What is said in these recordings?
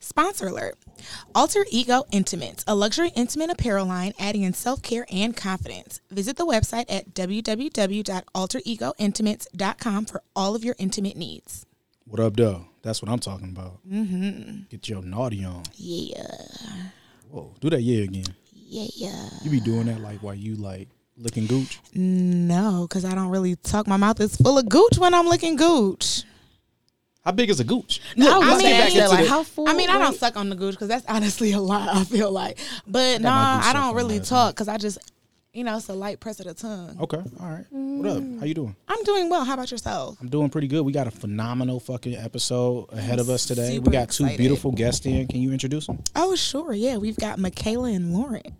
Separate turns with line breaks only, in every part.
Sponsor alert Alter Ego Intimates, a luxury intimate apparel line adding in self care and confidence. Visit the website at www.alteregointimates.com for all of your intimate needs.
What up, though? That's what I'm talking about. Mm-hmm. Get your naughty on.
Yeah,
Whoa, do that yeah again.
yeah, yeah.
You be doing that like while you like looking gooch.
No, because I don't really talk. My mouth is full of gooch when I'm looking gooch.
How big is a gooch?
I
let's
was
get back
actually
into
like
the-
how full.
I mean, I don't
wait.
suck on the gooch because that's honestly a lot, I feel like. But no,
might
nah,
be
I
sucking
don't really
last
talk because I just, you know, it's a light press of the tongue.
Okay, all right. What up? How you doing?
I'm doing well. How about yourself?
I'm doing pretty good. We got a phenomenal fucking episode ahead of us today.
super
we got two
excited.
beautiful guests in. Can you introduce them?
Oh, sure. Yeah, we've got Michaela and Lawrence.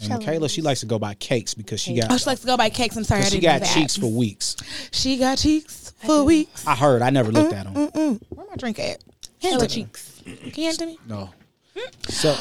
And Michaela, she likes to go by cakes because she got
Oh, she likes to go by cakes. I'm sorry, I
she
didn't know
got
that.
cheeks for weeks.
She got cheeks for weeks.
I heard. I never looked at them.
Where my drink at? Hand
Hello,
it to me.
cheeks.
Can you hand it to me?
No. So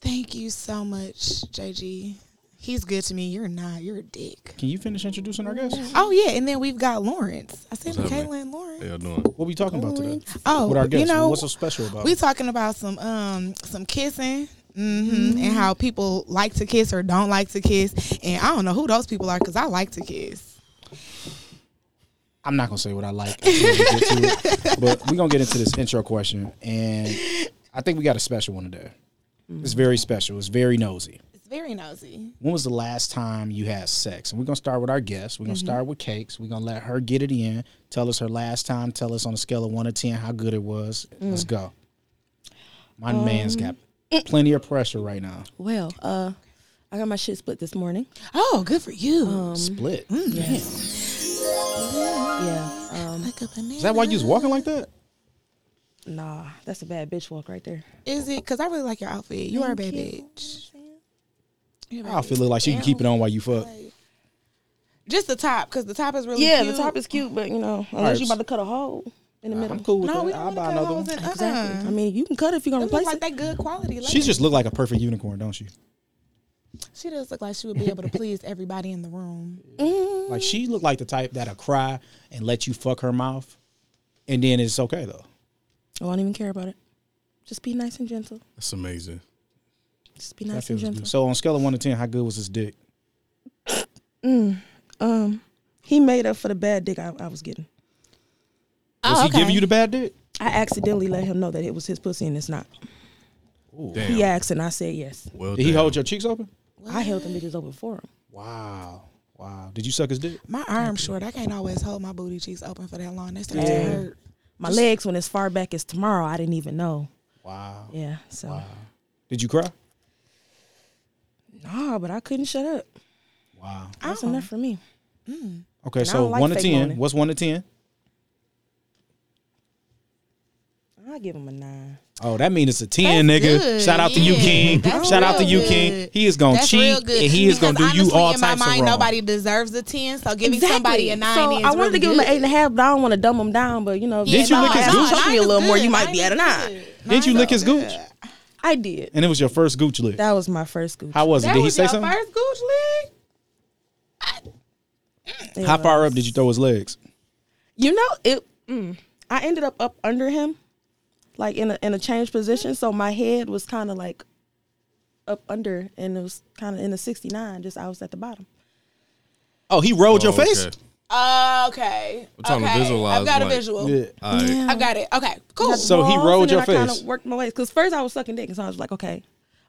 Thank you so much, JG. He's good to me. You're not. You're a dick.
can you finish introducing our guests?
Oh yeah, and then we've got Lawrence. I said
What's up,
Michaela
man?
and Lawrence.
How y'all doing?
What we talking about today?
Oh,
With our guests,
you know,
what's so special about?
We
it?
talking about some um some kissing. hmm And how people like to kiss or don't like to kiss, and I don't know who those people are because I like to kiss.
I'm not gonna say what I like, until we get to it, but we're gonna get into this intro question, and I think we got a special one today. It's very special. It's very nosy.
It's very nosy.
When was the last time you had sex? And we're gonna start with our guest. We're
Mm-hmm.
gonna start with Cakes. We're gonna let her get it in. Tell us her last time. Tell us on a scale of one to ten how good it was.
Mm.
Let's go. My man's got
Um,
plenty of pressure right now.
Well, uh, I got my shit split this morning.
Oh, good for you.
Split.
mm.
Mm. Yeah. Um,
like a banana.
Is that why you was walking like that?
nah, that's a bad bitch walk right there.
Is it? Because I really like your outfit. You are a bad bitch. You're a bad
I feel like she can keep it on while you fuck.
bitch. Just the top, because the top is really
Yeah,
cute.
the top is cute, but you know, unless
Alright.
you about to cut a hole in the middle.
I'm cool with
No, we
that. I'll
don't want
buy
to cut holes
another one.
in. Uh-uh.
Uh-huh. Exactly. I mean, you can cut it if you're
It
gonna
looks
replace
like
it.
that good quality. Like
She just looked like a perfect unicorn, don't she?
she does look like she would be able to please everybody in the room.
Like she looked like the type that'll cry and let you fuck her mouth, and then it's okay though.
Oh, I won't even care about it. Just be nice and gentle.
That's amazing.
Just be
That
nice and
feels
gentle.
good. So on scale of one to ten, how good was his dick?
He made up for the bad dick I, I was getting.
Oh,
Was
Oh,
he giving you the bad dick?
I accidentally let him know that it was his pussy and it's not.
Damn.
He asked and I said yes.
Well,
Did he
Oh, damn.
hold your cheeks open?
I held them bitches open for him.
Wow, wow. Did you suck his dick?
My arm's short. I can't always hold my booty cheeks open for that long. They start to
Yeah.
hurt.
My legs went as far back as tomorrow. I didn't even know.
Wow.
Yeah, so
Did you cry?
nah, but I couldn't shut up.
Wow.
That's enough for me.
Okay,
I
so
don't like
one to
fake
ten.
moaning.
What's one to ten?
I give him a nine.
Oh, that means it's a ten,
That's
nigga.
good.
Shout out to you,
Yeah,
King.
that's
Shout out to
real
you, King.
good.
He is gonna
That's real
cheat,
good.
Oh, and he is gonna do
Because
you
honestly,
all
in my
types
mind,
of wrong.
Nobody deserves a ten, so giving somebody a nine
so
is
I wanted
really
to give him
good.
an eight and a half, but I don't want to dumb him down. But you know,
Did you lick his
if
gooch?
choke me a
Nine
little
is
more, you
good.
might be
Nine
at a
is
nine.
good.
Did you
Nine
lick
is
his gooch?
good.
I did.
And it was your first gooch lick.
That was my first gooch.
How was it?
That
Did he
was
say
your
something?
first gooch lick?
It
How far
was-
up did you throw his legs?
You know, it. Mm, I ended up up under him, like in a in a changed position. So my head was kind of like up under, and it was kind of in a sixty nine. Just I was at the bottom.
Oh, he rolled your
Oh,
face.
okay.
Uh, okay.
I'm trying to
okay.
visualize
I've got
what-
a visual.
All right.
Mm-hmm.
I've got it. Okay, cool.
So- he
balls,
rolled
and then
your
I kinda
face.
worked my waist because first I was sucking dick, and so I was like, okay,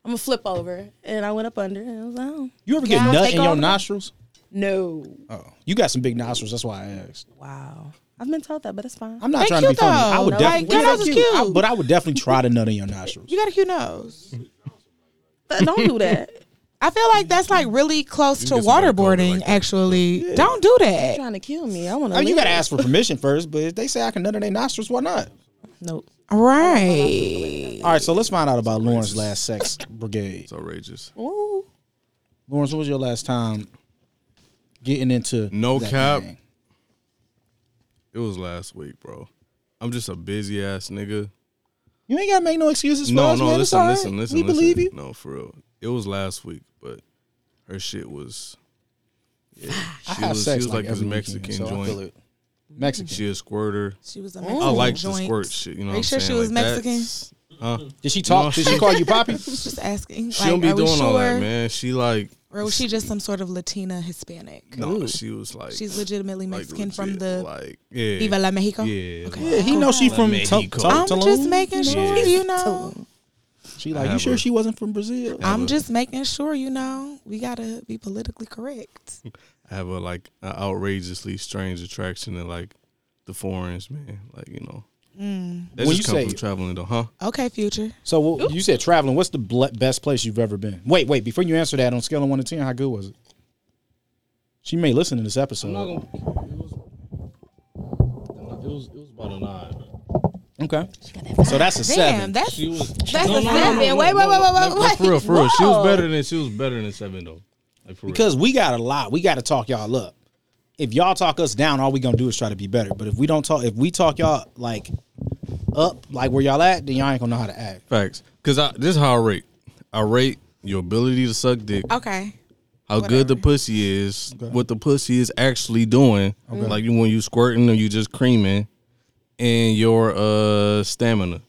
I'm gonna flip over, and I went up under, and I was like, oh,
You ever get
Guys,
nut
take
in your
all the-
nostrils?
no,
Oh, you got some big nostrils. That's why I asked.
wow. I've been told that, but it's fine.
I'm not
They
trying to be
cute,
funny. I
though.
would
Like,
definitely,
your nose is
Yeah, I-
cute.
but I would definitely try to nut in your nostrils.
You got a cute nose.
But don't do that.
I feel like that's like really close to
can get somebody
waterboarding.
covered like that.
actually, don't do
You're
that.
trying to kill me. I want
Oh,
to.
you got to ask for permission first. But if they say I can nut in their nostrils, why not?
Nope.
Right.
All right, so let's find out about Lauren's last sex brigade.
It's outrageous.
Ooh.
Lawrence, what was your last time getting into?
No
that
cap.
thing?
It was last week, bro. I'm just a busy ass nigga.
You ain't got to make no excuses. For
No,
us,
no,
man. It's
listen,
all right.
listen, listen,
We
listen.
believe you.
No, for real. It was last week, but her shit was. Yeah,
I
she
have
was, she
sex
was like, this
every weekend,
Mexican
so I feel
joint.
it. Mexican.
She a squirter.
She was a
I
Mexican
like the
joint.
squirt shit. You know
Are
what
you
I'm
sure she
saying?
was
Like,
Mexican?
that's- Huh?
Did she talk? Did she call you Poppy?
Just asking.
She
like,
don't be
are we
doing
sure?
all that, man. She like,
Or was she just some sort of Latina Hispanic?
no, she was like,
She's legitimately
like,
Mexican from
legit,
the
like, yeah,
Viva la Mexico.
yeah.
Okay.
Yeah, he knows she from
Mexico.
Tul- Tul-
I'm just
Tulum.
making sure,
Yeah.
you know.
She
I
like, you
have
sure
a-
she wasn't from Brazil?
I have
I'm
a-
just making sure, you know. We gotta be politically correct.
I have a like a outrageously strange attraction to like the foreigners, man. Like you know,
Mm.
that
When
just
you
comes
say-
from traveling, though, huh?
Okay, future.
So well, you said traveling. What's the ble- best place you've ever been? Wait, wait. Before you answer that, on a scale of one to ten, how good was it? She may listen to this episode.
It was it was about a nine.
okay, so that's a
Damn,
seven.
that's
She was
that's
No, no,
a
no,
seven.
no, no,
wait,
no,
wait, wait, wait,
no,
wait,
no,
wait.
For real, for real. She was
Whoa.
better than she was better than seven though. Like for real.
because we got a lot. We got to talk y'all up. If y'all talk us down, all we gonna do is try to be better. But if we don't talk, if we talk y'all like up, like where y'all at, then y'all ain't gonna know how to act.
facts. Because I this is how I rate. I rate your ability to suck dick,
Okay.
how good the pussy is, what the pussy is actually doing, like you when you squirting or you just creaming, and your uh stamina.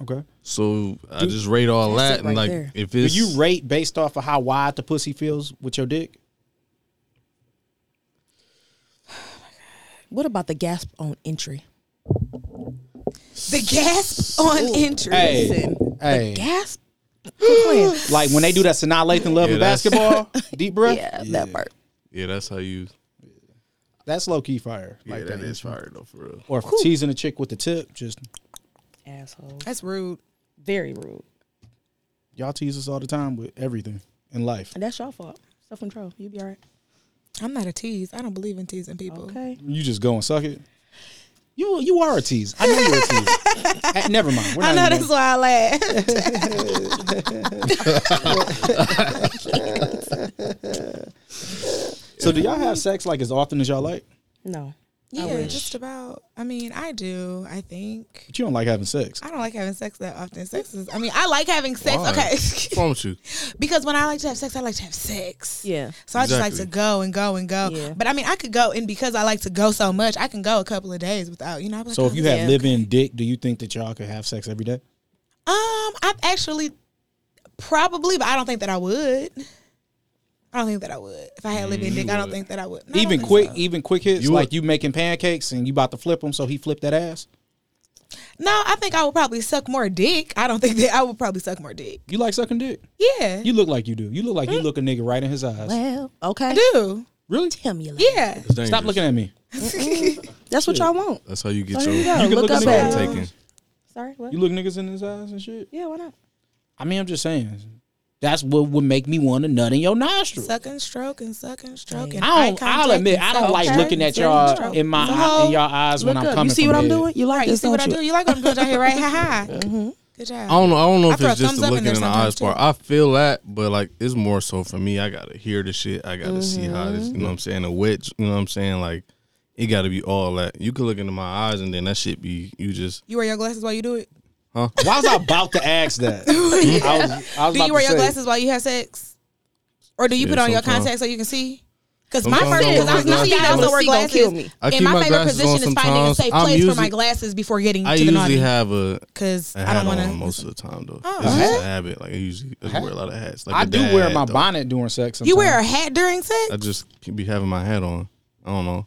Okay.
So I just rate all
That's it
that,
right
and like
there.
if
Do
it's
you rate based off of how wide the pussy feels with your dick?
What about the gasp on entry?
The gasp on entry.
Hey, hey.
Gasp. Quit playing.
Like when they do that Sanaa Lathan love
Yeah,
in
that's-
basketball, deep breath.
yeah, that part.
yeah, that's how you
That's low key fire. Like that.
fire though for real.
Or teasing a chick with the tip. Just
Asshole.
That's rude.
Very rude.
y'all tease us all the time with everything in life.
And that's your fault. Self control. You be all right.
I'm not a tease. I don't believe in teasing people.
Okay.
You just go and suck it. You you are a tease. I know you're a tease. Eh, never mind. We're
I
not
know that's
even
why I laugh.
gonna- so do y'all have sex like as often as y'all like?
No.
yeah,
wish.
just about. I mean, I do. I think.
But you don't like having sex.
I don't like having sex that often. Sex is. I mean, I like having sex.
Why?
Okay.
What's wrong with you?
because when I like to have sex, I like to have sex.
Yeah.
So I just like to
Exactly.
go and go and go.
Yeah.
But I mean, I could go and because I like to go so much, I can go a couple of days without. You know. I'm like,
So if
"Oh,
you had
Yeah.
live in dick, do you think that y'all could have sex every day?
Um, I've actually probably, but I don't think that I would. I don't think that I would. If I had living dick, I don't think that I would. No, I don't
even
think
quick,
so.
even quick hits.
You
like
would-
you making pancakes and you about to flip them, so he flipped that ass.
No, I think I would probably suck more dick. I don't think that I would probably suck more dick.
You like sucking dick?
Yeah,
You look like you do. You look like
Hmm?
you look a nigga right in his eyes.
Well, okay.
I do.
Really?
Tell me. later.
Yeah,
It's dangerous.
Stop looking at me.
That's what y'all want.
That's how you get
So
your
here you go.
can
Look,
look
up
at
soul
that.
at
taken.
Sorry, what?
You look niggas in his eyes and shit.
yeah, why not?
I mean, I'm just saying. That's what would make me want to nut in your nostril.
suck and stroke and suck and stroke. And
I don't,
eye contact
I'll admit,
and
I don't
suck
like
and
looking at
suck and
y'all
stroke.
in my
So,
eye, in your eyes when
Look
I'm
up.
coming.
You see
from
what I'm
there.
doing? You like
Right, you
this,
see what I
don't
do? You like what I'm doing out here, right? Ha ha. Good job.
Um,
I don't know. I don't know
I
if
throw
it's just
thumbs
the
up in
looking
there
in the eyes
sometimes,
part. I feel that, but like it's more so for me. I gotta hear the shit. I gotta see how this. You
Mm-hmm.
know what I'm saying? The witch. You know what I'm saying? Like it gotta be all that. You could look into my eyes and then that shit be. You just
You wear your glasses while you do it.
Why was I about to ask that? I was, I was
Do you
about
wear your
to say,
glasses while you have sex, or do you
Yeah,
put on your
sometimes.
contacts so you can see? Because my
Sometimes I
first,
don't
because
wear
I'm not
glasses.
I also wear
See, don't kill
glasses.
me.
I
And
keep
my,
my
favorite
glasses
position
on
is finding a
sometimes.
safe
I'm
place for my
usually-
glasses before getting
I
to the naughty.
usually have a.
Because
a
I don't
hat
want
on
to.
most of the time though.
Oh,
it's
a
just
hat?
a habit. Like I usually I wear a lot of hats. Like
I
a
do
dad
wear
hat,
my
though.
bonnet during sex. Sometimes.
You wear a hat during
I
sex?
just keep- be having my hat on. I don't know.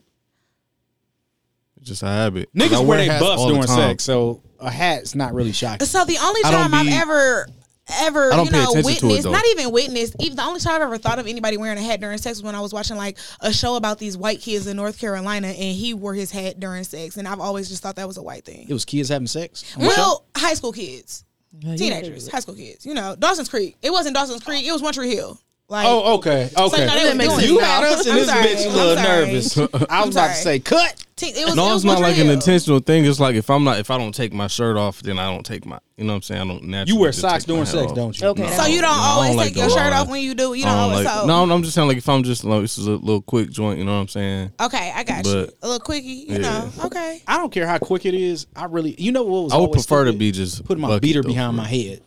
It's just a habit. 'Cause I
niggas wear their
hats
butts
all the
during
time.
sex, so a hat's not really shocking.
So the only
I don't
time I've
be-
ever, ever,
I don't
you
pay
know,
attention to it,
witnessed,
though.
not even witnessed, even the only time I've ever thought of anybody wearing a hat during sex was when I was watching like a show about these white kids in North Carolina and he wore his hat during sex. And I've always just thought that was a white thing.
It was kids having sex. on the show?
Well, high school kids, teenagers, high school kids. You know, Dawson's Creek. It wasn't Dawson's Creek. It was One Tree Hill. Like,
Oh, okay, okay.
now they was doing
you
it
had
now.
us,
I'm
and this
sorry.
bitch was a
I'm
little
sorry.
nervous. I
I'm
was about to
sorry.
say, cut.
teen- it was, it
No,
was
it's not
One
like
Tree
an
Hill.
intentional thing. It's like if I'm not if I don't take my shirt off, then I don't take my you know what I'm saying. I don't naturally.
You wear
just
socks
take my
during
hat
sex,
off.
don't you?
Okay.
So Oh, you don't
No, I
always
don't like
take your
the
shirt
line.
off when you do. You
I
don't,
don't
always.
like-
so.
No, no, I'm just saying like if I'm just like this is a little quick joint. You know what I'm saying?
Okay, I got you.
But-
A little quickie, you
Yeah.
know. Okay.
I don't care how quick it is. I really, you know what was?
I would
always
prefer to
stupid?
be just
putting my
bucket,
beater
though,
behind
for
my head.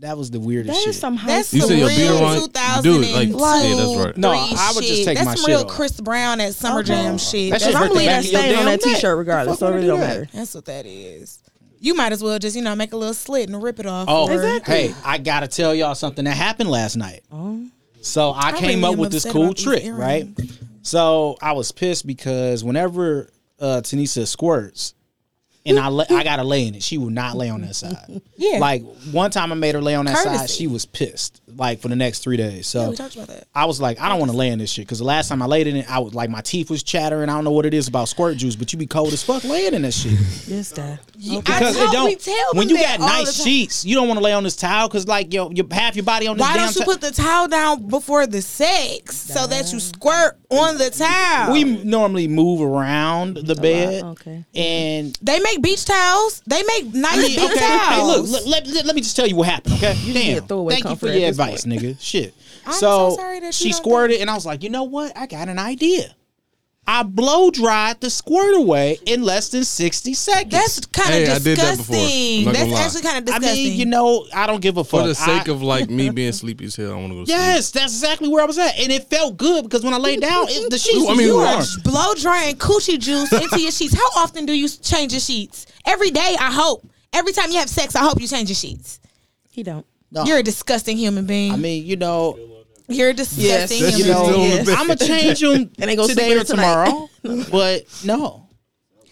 That was the weirdest
That
shit.
is some high
That's
You
some
said
real
your beater on-
2002
Dude, like, yeah, that's right.
No,
three
I would just
shit.
take
that's
my
some
shit
real
off.
Chris Brown at Summer Jam shit.
That
That's,
shit
I'm
hurt the
leaving
back
that
of your
stain on
damn
that
neck.
T-shirt
The
regardless,
fuck
so it
would I
really
do
don't
that?
matter.
that's what that is. You might as well just you know make a little slit and rip it off.
Oh,
or-
hey, I gotta tell y'all something that happened last night.
Oh.
So I,
really
came up
am
with this
upset
cool
about these
trick, right? So I was pissed because whenever uh Tanisha squirts and I la- I gotta lay in it, she will not lay on that side.
Yeah.
Like one time I made her lay on that side,
Courtesy.
she was pissed. Like for the next three days. So
Yeah, we talked about that.
I was like, I don't want to lay in this shit because the last time I laid in it, I was like, my teeth was chattering. I don't know what it is about squirt juice, but you be cold as fuck laying in that shit
This that.
You-
because
I
it
totally
don't.
Tell
when
them
you
that
got
all
nice
the time.
sheets, you don't want to lay on this towel because like your your half your body on this
Why
damn.
don't you
to-
put the towel down before the sex so that you squirt on the towel?
we normally move around the bed.
okay.
And
they make beach towels. They make nice
Yeah,
beach
okay.
towels.
Hey, look, let, let, let- let me just tell you what happened, okay?
be a
Damn.
throwaway
Thank you
comfort
for
at
your
this
advice, nigga. Shit.
I'm so sorry that
she
you don't
squirted, and I was like, you know what? I got an idea. I blow dried the squirt away in less than 60 seconds.
That's kind of
Hey, I did that before. I'm
disgusting.
not
That's
gonna lie.
actually kind of
I
disgusting.
mean, you know, I don't give a fuck.
For the
I-
sake of like me being sleepy as hell, I want to go to sleep.
Yes, that's exactly where I was at, and it felt good because when I laid down, it, the sheets.
I mean,
was
you are
warm.
just blow drying coochie juice into your sheets. How often do you change your sheets? Every day, I hope. Every time you have sex, I hope you change your sheets.
He don't.
Oh.
You're a disgusting human being.
I mean, you know,
You're a disgusting
Yes,
human
that's
you
being.
just still
know,
on the
I'm gonna change them
they gonna
today
sleep
or
in tonight.
tomorrow, but no.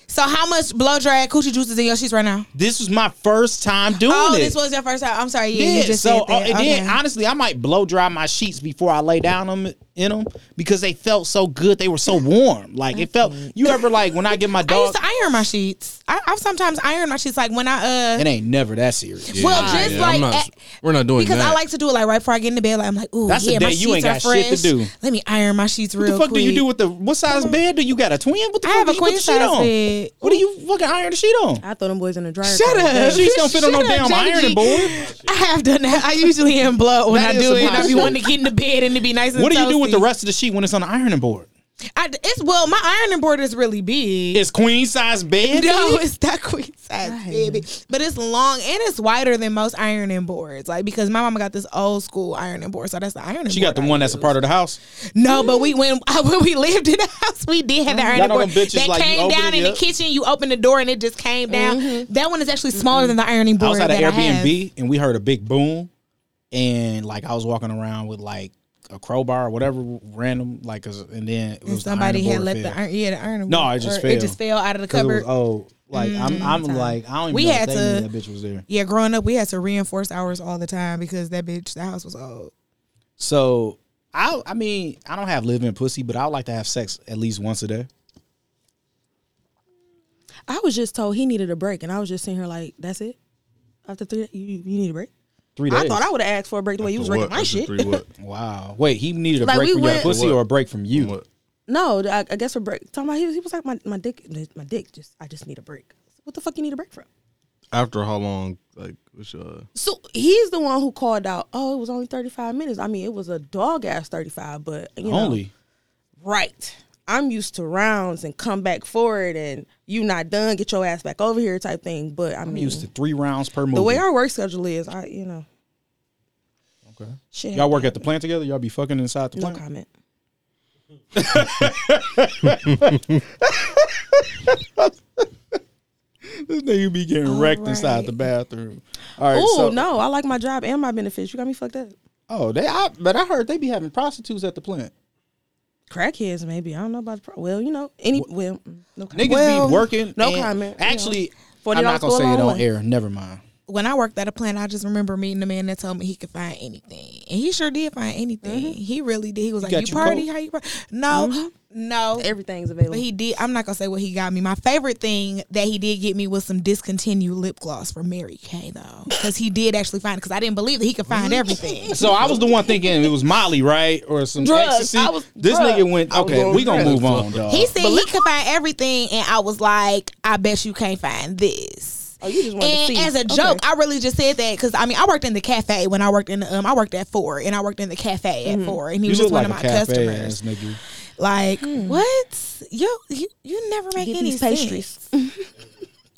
So, how much blow dry coochie juice is in your sheets right now?
This was my first time doing
Oh,
it.
this was your first time. I'm sorry. Yeah,
yeah,
you just
so
said that.
uh, and then
Okay.
honestly, I might blow dry my sheets before I lay down them in them because they felt so good. They were so warm. Like it felt. You ever like when I get my
I used
dog?
to iron my sheets. I, I sometimes iron my sheets like when I uh
it ain't never that serious.
well just
Yeah,
like
I'm not,
at-
we're not doing
because
that.
I like to do it like right before I get into bed. Like I'm like, ooh,
That's the
yeah,
day
my
you
sheets
ain't
are
got
fresh.
shit to do.
Let me iron my sheets
What
real
the fuck
quick.
do you do with the what size bed do you got a twin? What the
I have
fuck do
a
you put the
queen
sheet
size
on?
bed.
What do you fucking iron the sheet on?
I throw them boys in the dryer.
Shut up. She's gonna fit on no
Shut up,
damn
Jenny G.
ironing board.
I have done that. I usually am blood when
That
I
is
do it. I be
impossible.
wanting to get into bed and to be nice and
What do you do with the
toasty.
rest of the sheet when it's on the ironing board?
I, it's well, my ironing board is really big.
It's queen size bed.
no, it's not queen size, baby. But it's long and it's wider than most ironing boards. Like because my mama got this old school ironing board, so that's the ironing.
She got
board
the
I
one that's a
use.
part of the house.
No, but we when when we lived in the house, we did have the ironing
know
board
them bitches,
that
like, you
came
open
down
it
in the
up.
kitchen. You open the door and it just came down. That one is actually smaller than the ironing
I
board.
was at an
that I have.
Airbnb and we heard a big boom, and like I was walking around with like a crowbar or whatever random like, 'cause- and then it was the
Somebody
ironing
had
board
let
fell.
the iron, yeah, the iron.
No, it just
or
fell.
It just fell out of the
'Cause it
cupboard.
was old. Like I'm, I'm like I don't even
Mm, We
know if
had
they
to-
knew that bitch was there.
Yeah, growing up, we had to reinforce ours all the time because that bitch, the house was old.
So I I mean, I don't have living pussy, but I would like to have sex at least once a day.
I was just told he needed a break, and I was just sitting here like, "That's it." After three, you you need a break.
Three days.
I thought I would have asked for a break the way you was
What?
raking my
That's a
shit.
Three what?
Wow. Wait, he needed a
Like,
break
we
from your
went-
pussy
What?
or a break from you.
What?
No, I, I guess a break. Talking about he was, he was like my, my dick my dick just I just need a break. What the fuck you need a break from?
After how long? Like, what's your
So he's the one who called out. Oh, it was only thirty five minutes. I mean, it was a dog ass thirty five, but you know,
Only.
right. I'm used to rounds and come back forward and you not done, get your ass back over here type thing. But I mean,
I'm used to three rounds per movie.
the way our work schedule is, I you know,
Okay.
shit.
Y'all work at the plant together? Y'all be fucking inside the
No
plant?
comment.
This nigga be getting wrecked inside
right.
the bathroom. All right.
Oh
so,
no, I like my job and my benefits. You got me fucked up.
Oh, they. I, but I heard they be having prostitutes at the plant.
Crackheads, maybe. I don't know about the pro- well, you know, any well, mm, no comment.
Niggas be working.
no
and-
comment, you know.
Actually,
$40
I'm not gonna
go a
say
long
it on
way.
air. Never mind.
When I worked at a plant, I just remember meeting a man that told me he could find anything, and he sure did find anything. He really did. Mm-hmm. He was
got
like, "You Mm-hmm.
you
party?
coke?"
How you party? No, no,
Everything's available.
But he did. I'm not gonna say what he got me. My favorite thing that he did get me was some discontinued lip gloss from Mary Kay though, because he did actually find it. Because I didn't believe that he could find everything.
So I was the one thinking it was Molly, right, or some
Drugs.
ecstasy.
I was-
this
drugs.
nigga went.
I was
Okay,
on
we gonna
drugs.
move on, dog.
He said he could find everything, and I was like, "I bet you can't find this."
oh, you just wanted to
And
see.
as a
Okay.
joke, I really just said that because I mean, I worked in the cafe when I worked in the um, I worked at four, and I worked in the cafe at four, and he
Mm-hmm. you
was
look
just
like
one
a
of my
cafe
customers.
ass nigga.
Like what? You you you never make
Hmm. Get
any
these pastries.
sense.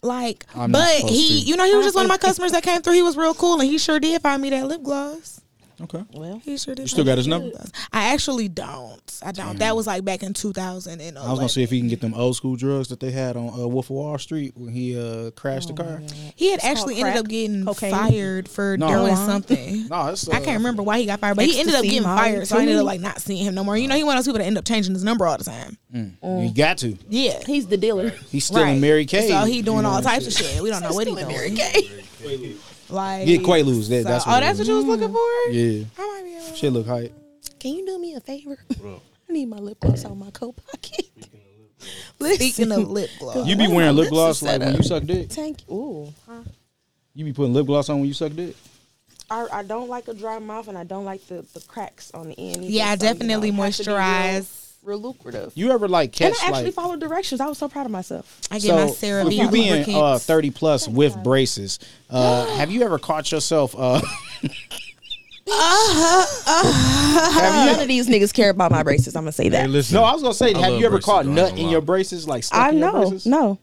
Like,
I'm not
but
supposed
he,
to.
you know, he was just one of my customers that came through. He was real cool, and he sure did find me that lip gloss.
Okay.
Well,
He sure did.
You still got his number?
I actually don't. I don't. That was like back in 2000 and
I was gonna see if he can get them old school drugs that they had on uh, Wolf of Wall Street when he uh, crashed
Oh,
the car.
He had actually ended
crack,
up getting
cocaine.
fired for
No.
doing
Uh-huh.
something.
No, it's, uh,
I can't remember why he got fired, but he ended up
Ecstasy,
getting
Molly,
fired. So I ended up
Tumi.
like not seeing him no more. You know, he one of those people that end up changing his number all the time.
You got to.
Yeah,
he's the dealer.
He's still in Mary Kay.
Mm. So he doing
you know,
all
and
types
shit.
of shit. We don't know what he's doing. Mary Kay. like
Yeah, Quaaludes. That,
so-
that's
oh,
what it
that's
is.
what you was looking for.
Yeah,
I might be. able-
shit look hype.
Can you do me a favor? I need my lip gloss out my coat pocket.
Speaking of lip gloss,
You be
Why
wearing
my
lip
lips
gloss
is
like
set
when
up?
you suck dick.
Thank you. Ooh,
You be putting lip gloss on when you suck dick.
I, I don't like a dry mouth, and I don't like the, the cracks on the end. either,
Yeah, I
so, you know,
definitely
it has to be real-
moisturize.
Real, lucrative.
You ever like
and
catch
I actually
like
followed directions. I was so proud of myself.
I get my Sarah
if
B.
you being
lubricants.
uh, thirty plus with braces, uh, have you ever caught yourself? Uh,
None of these niggas care about my braces. I'm gonna say that.
listen.
no, I was gonna say, have
love
you ever
braces,
caught
though, I
nut
ain't
in
gonna
your
lie.
braces? Like stuck
I
in your
know,
braces?
no,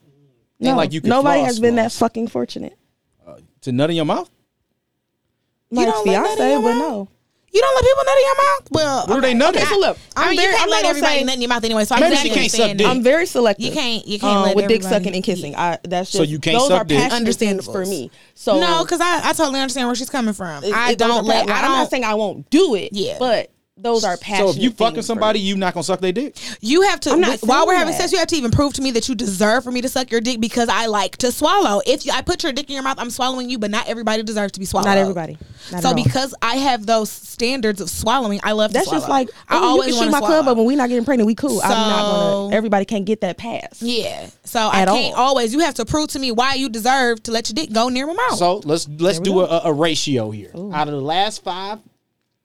no.
like you could
Nobody
floss,
has been that
floss.
fucking fortunate.
to nut in your mouth.
My
don't like that in
fiance,
your
but
mouth?
no.
you don't let people nut in your mouth. Well,
Where
okay.
they nutting?
Okay, so look,
I
I'm
mean,
very,
you
I'm
can't
not
let
gonna
everybody
say-
nut in your mouth anyway. So
Maybe
I'm
she
glad
can't
you're saying that.
suck dick.
I'm very selective.
You can't- you can't
um,
let
with dick
everybody-
sucking and kissing. I that's just
So you can't
those
suck
are
dick.
passionate things
Understandable.
for me. So
no, because I, I totally understand where she's coming from.
it-
I
it- those are
don't let.
pa-
I
I'm not
don't.
saying I won't do it.
Yeah.
but those are passionate.
So if you fucking
things for
somebody,
me.
you not gonna suck their dick.
you have to.
I'm not
while we're
saying
having
that.
sex, you have to even prove to me that you deserve for me to suck your dick because I like to swallow. If you, I put your dick in your mouth, I'm swallowing you. But not everybody deserves to be swallowed.
Not everybody. Not
so
at all.
because I have those standards of swallowing, I love.
that's
to
just
swallow.
like
I
ooh, you
always
can
want
shoot my club up when we not getting pregnant. We cool. I'm not
So-
gonna. Everybody can't get that pass.
Yeah. So I
At
can't
all.
always. You have to prove to me why you deserve to let your dick go near my mouth.
So let's let's do a, a ratio here. Out of the last five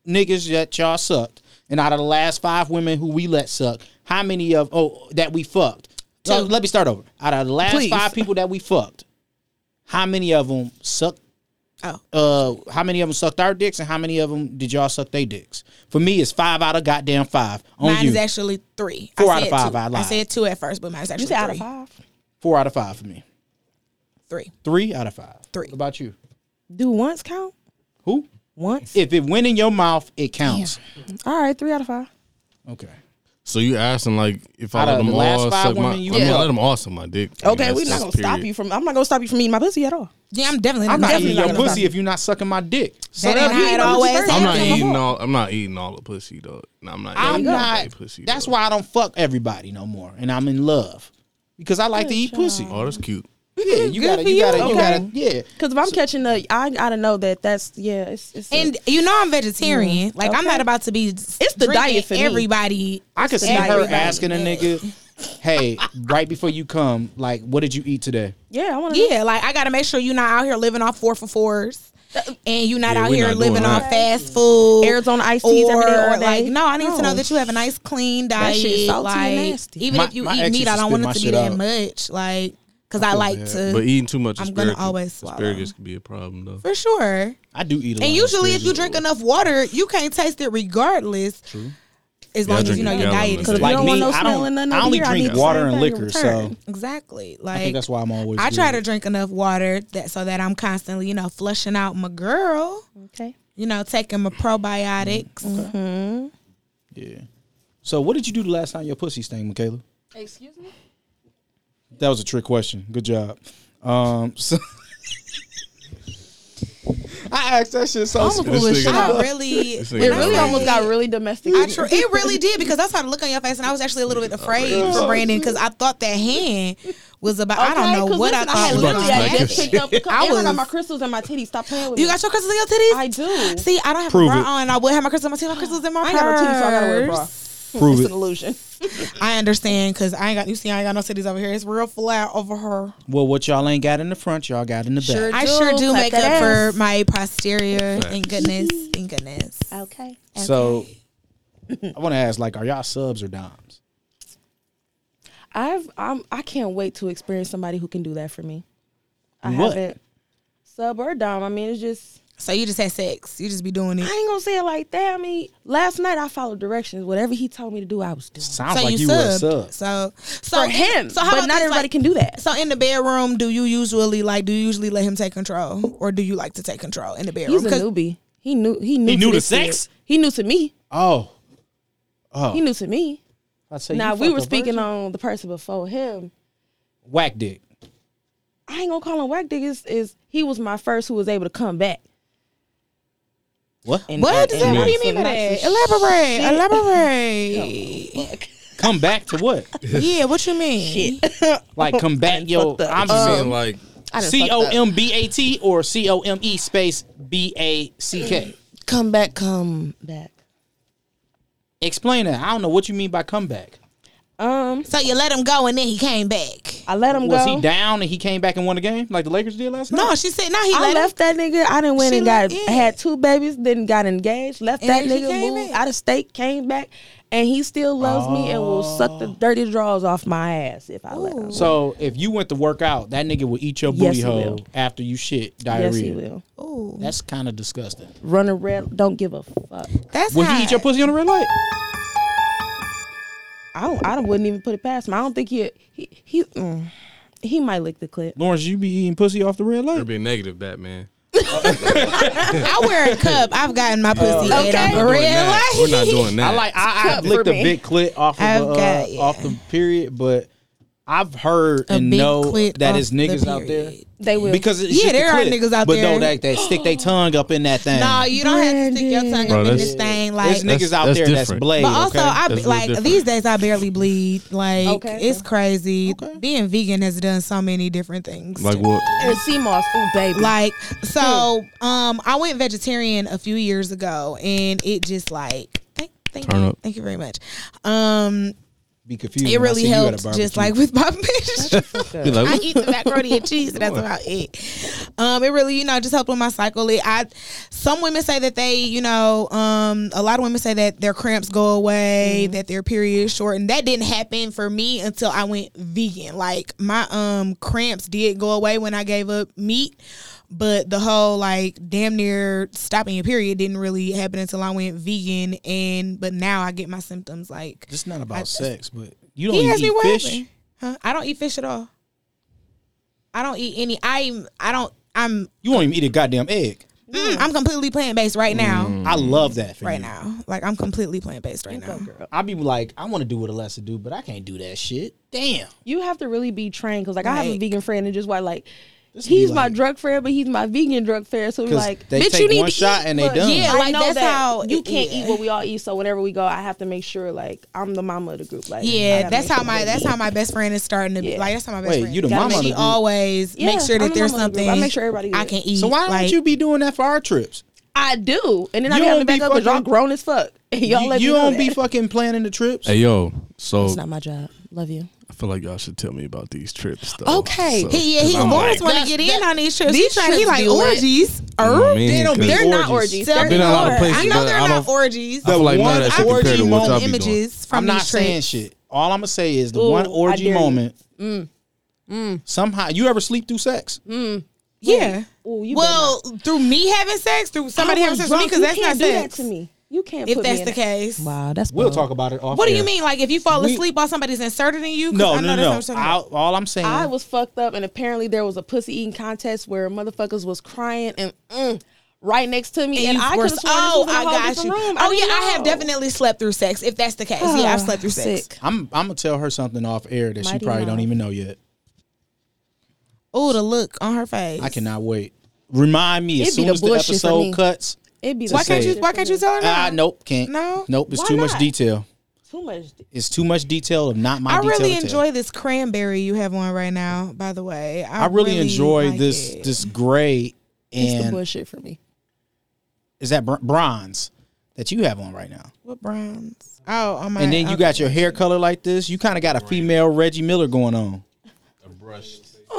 niggas that y'all sucked, and out of the last five women who we let suck, how many of oh that we fucked? So
Two.
let me start over. Out of the last
Please.
five people that we fucked, how many of them sucked?
Oh.
Uh, how many of them sucked our dicks, and how many of them did y'all suck their dicks? For me, it's five out of goddamn five. On
mine
you,
is actually three.
Four
I
out of
said
five,
Two.
I lied.
said two at first, but mine's actually
You say
three.
out of five,
four out of five for me.
Three.
Three out of five.
Three.
What about you?
do once count?
Who?
Once.
If it went in your mouth, it counts.
all right, three out of five.
Okay.
So you asking like if
Out
I let
of
them
the last
all
five
suck my, I
women you
mean, I
fucked.
let them all suck my dick. I mean,
Okay,
that's
we're not
just
gonna
period.
stop you from. I'm not gonna stop you from eating my pussy at all.
Yeah, I'm definitely.
I'm
not
not
gonna
eating
not
stop
your
you.
pussy if you're not sucking my dick. Son
That ain't
of you-
how it always.
I'm not
Yeah, come
eating
on.
all. I'm not eating all the pussy, dog. No, I'm not.
I'm
eating All
not.
the pussy,
That's
dog.
why I don't fuck everybody no more, and I'm in love because I like to eat pussy.
Oh, that's cute.
Yeah, you gotta, you
you.
gotta, you
Okay.
gotta, yeah.
Because if I'm catching the, I gotta know that that's yeah. It's, it's a-
And you know I'm vegetarian. Like I'm not about to be. It's
Mm, the diet for me.
everybody.
I could
It's the
see her
diet.
asking a nigga, "Hey, right before you come, like, what did you eat today?"
yeah. I want to.
Yeah, like I gotta make sure you're not out here living off four for fours,
Uh,
and you're not
Yeah,
out
we
here
not doing
living off
that.
fast food,
Arizona iced teas every day, all
or, like
day.
no, I need to know
No.
that you have a nice clean diet.
shit salty and
like
nasty.
even
My-
if you
my
eat
ex
meat,
used to
I don't
spit
want
my
it to be
shit
that
out.
much. Like because I, like to
But eating too much
I'm
asparagus,
gonna always swallow.
asparagus could be a problem though.
for sure.
I do eat a lot.
And
of
usually, if
fish.
you drink enough water, you can't taste it regardless. True. As
Yeah,
long
I
as
drink
you know
a
your
gallon
diet
a
is
day.
like
don't
me,
want no
I
smell and
don't.
nothing
I
over
only
here. I
drink
need the
water
same
and
thing in
liquor, so
return.
exactly like
I think that's why I'm always.
I try
good.
to drink enough water that so that I'm constantly, you know, flushing out my girl.
Okay.
You know, taking my probiotics.
Mm. Yeah. So, what did you do the last time your pussy stung, Michaela?
Excuse me.
That was a trick question. Good job. Um, so I asked that shit so
a foolish
specific.
child.
I really,
This
it
nigga
It really
crazy.
almost got really domestic.
I tr- it really did because I saw the look on your face, and I was actually a little bit afraid for Brandon because I thought that hand was about. I don't know what I thought.
I
was
had
about
literally
gonna
to smack
I
happen.
your
just picked up.
I
I was,
was-
got my crystals and my titties. Stop playing with
You
me.
got your crystals in your titties?
I do.
See, I don't have
Prove
a bra
it.
on. I would have my crystals in my teeth. My crystals in my
I ain't
purse.
got no titties, so I gotta wear a bra.
Prove
it's
it.
an illusion.
I understand because I ain't got. You see, I ain't got no titties over here. It's real flat over her.
Well, what y'all ain't got in the front, y'all got in the back.
Sure.
I sure
do.
do
Clap
make up
that ass.
for my posterior. Thank goodness. Thank goodness.
Okay.
So I want to ask, like, are y'all subs or dimes?
I've I'm I can't wait to experience somebody who can do that for me. I
What?
haven't sub or dom. I mean, it's just
So you just had sex. You just be doing
I
it.
ain't gonna say it like that. I mean, last night I followed directions. Whatever he told me to do, I was doing.
Sounds
so
like you,
you
were a
subbed.
sub.
So so
For him,
So how
but
about
not
this,
everybody
like-
can do that.
So in the bedroom, do you usually like? Do you usually let him take control, or do you like to take control in the bedroom?
He's a
'Cause-
newbie. He knew. He knew.
He
to
knew the
this kid.
sex?
He knew to me.
Oh,
He knew to me.
I say.
now
Oh. you
we
fucked
were
a
speaking
virgin?
on the person before him.
whack dick.
I ain't gonna call him whack dick. Is is he was my first who was able to come back.
What?
And-
What
and-
does
and
that? What do you
lots
mean by
and
that?
lots of
Elaborate.
shit.
Elaborate.
Come back to what?
yeah. What you mean?
Like come back, yo.
fucked up.
I'm
I'm
just
saying
saying
like
I done
C
fucked
O
up.
M B A T or C O M E space B A C K.
Come back. Come back.
Explain that. I don't know what you mean by comeback.
Um,
So you let him go and then he came back.
I let him
Was
go.
he down and he came back and won the game like the Lakers did last night?
No, she said no. He
I
let
left that nigga. I didn't win
She
and
let-
got
yeah.
had two babies, then got engaged. Left
And
that
then she
nigga,
came
moved
back.
out of state, came back, and he still loves me and will suck
Oh.
the dirty draws off my ass if I let him.
So if you went to work out, that nigga would eat your
Yes,
booty
he
hole
will.
after you shit diarrhea.
Yes, he will.
him. Ooh,
That's kind of disgusting.
Run a red. Don't give a fuck.
that's
Would
hot.
you eat your pussy on a red light?
I don't, I don't- wouldn't even put it past him. I don't think he he he mm, he might lick the clip.
Lawrence, you be eating pussy off the red
you're
light?
being negative, Batman.
I wear a cup. I've gotten my
Oh.
pussy.
Okay.
ate off a
We're not doing
red
that. We're
light.
not doing that.
I like I, I
Cut
licked
for
a
me.
big clit off of
I've
uh,
got- yeah.
off the period, but I've heard
A
and
big
know
clit
that
off
it's
the
niggas out there
period.
They will.
because it's
Yeah,
just a
there are
clit,
niggas out
but
there.
no, that they stick their tongue up in that thing.
No, you don't have to stick your tongue
Bro,
up in this
that's-
thing. Like
There's niggas
That's-
out
that's
there that's
different.
blade.
But also,
okay?
I
That's a
be-
little
like
different.
these days, I barely bleed. Like
Okay.
it's crazy.
Okay.
Being vegan has done so many different things.
like what?
and CMOS, ooh baby.
Like so, um, I went vegetarian a few years ago, and it just like thank, thank
Turn
you,
up.
thank you very much. Um,
be confused.
it
when I
really
see you at a
helped, just
barbecue.
like with my bitch.
You like
I
what?
eat the macaroni and cheese, and that's about it. Um, it really, you know, just helped with my cycle. It, I, some women say that they, you know, um, a lot of women say that their cramps go away, that their period is short, and that didn't happen for me until I went vegan. Like my um cramps did go away when I gave up meat, but the whole like damn near stopping your period didn't really happen until I went vegan. And but now I get my symptoms like
It's not about sex, but you
he
don't
asked me
eat
what
fish.
happened. Huh? I don't eat fish at all. I don't eat any. I'm. I don't. I'm.
You won't even eat a goddamn egg.
Mm, I'm completely plant based right now.
I
Mm.
love that for
Right
you.
now, like I'm completely plant based right now.
I be like, I want to do what Alessa do, but I can't do that shit. Damn.
you have to really be trained because like I have a
Like-
vegan friend and just why like
be
he's my
like-
drug friend, but he's my vegan drug friend. So we're
'Cause
like,
they
bitch,
take
you need
one
to
shot
eat,
and they
but
done.
Yeah,
I
like,
know
that's
that
how-
you can't
yeah.
eat what we all eat. So whenever we go, I have to make sure like I'm the mama of the group. Like, I
Yeah,
gotta
that's
make
how
sure
my
that-
that's how my best friend is starting to be.
Yeah.
Like that's how my best
Wait,
friend.
you the
Gotta
mama
make-
of the
She
group.
always
Yeah,
make sure that
I'm the
there's
mama of the
something.
group. I make sure everybody
I
is.
can eat.
So why
like,
don't you be doing that for our trips?
I do, and then I
You
be having
don't
to back
be
up because y'all
fucking-
grown as fuck. And y'all
you
let
you
me know
don't
that.
be fucking planning the trips.
Hey yo, so
It's not my job. Love you.
I feel like y'all should tell me about these trips. Though,
Okay.
So,
He, yeah,
'cause
he
I'm
Lawrence
like,
want to get in on these trips. He's
these
trying. He
trips
like
be lit.
orgies.
you know what I mean?
They don't be
'Cause
They're not
orgies.
orgies.
Tell
They're
I've been on a lot of
me more.
places,
I know
but
they're
I
not
don't-
orgies.
I feel like
The
none of that
one
shit compared to
orgy
what y'all be doing.
images from
I'm not
these trips.
saying shit. All I'm gonna say is the
Ooh,
one
I
orgy
dare you.
moment.
Mm.
Somehow, you ever sleep through sex?
Yeah.
Ooh, you better
well, through me having sex, through somebody
I
having
was
sex with me,
drunk.
because that's
You
not
can't do
sex.
that to me. You can't.
If
put
that's
me in
the
that.
case.
Wow, that's
We'll
bold.
talk about it. Off
What do
air.
you mean? Like if you fall
We-
asleep while somebody's inserting you? 'Cause
No,
I know
no,
that's what
no.
I'm talking
I,
about.
all I'm saying.
I was fucked up, and apparently there was a pussy eating contest where motherfuckers was crying and mm, right next to me, and,
you
I
were-
could have sworn
oh,
this was in a
I
whole
got
different
you.
room.
Oh yeah,
didn't
I have
know.
definitely slept through sex. If that's the case, yeah, I've slept through
Ah,
sex.
Sick.
I'm I'm gonna tell her something off air that she
Mighty
probably don't
mouth.
even know yet.
Oh, the look on her face.
I cannot wait. Remind me as
It'd be
soon
the
as the
bullshit for me.
episode cuts.
It'd be
Why
the
can't
Can't
say
you?
it.
Why can't you tell her?
Ah,
now?
nope, can't.
No?
nope. It's
Why
too much
not?
detail.
too much?
It's too much detail of not my.
I
detail
really
to tell.
enjoy this cranberry you have on right now. By the way, I,
I really enjoy
like
this
it.
this gray
It's the
and
bullshit for me.
is that br- bronze that you have on right now.
What browns? Oh, on my.
And then you got your hair color like this. You kind of got a female Reggie Miller going on.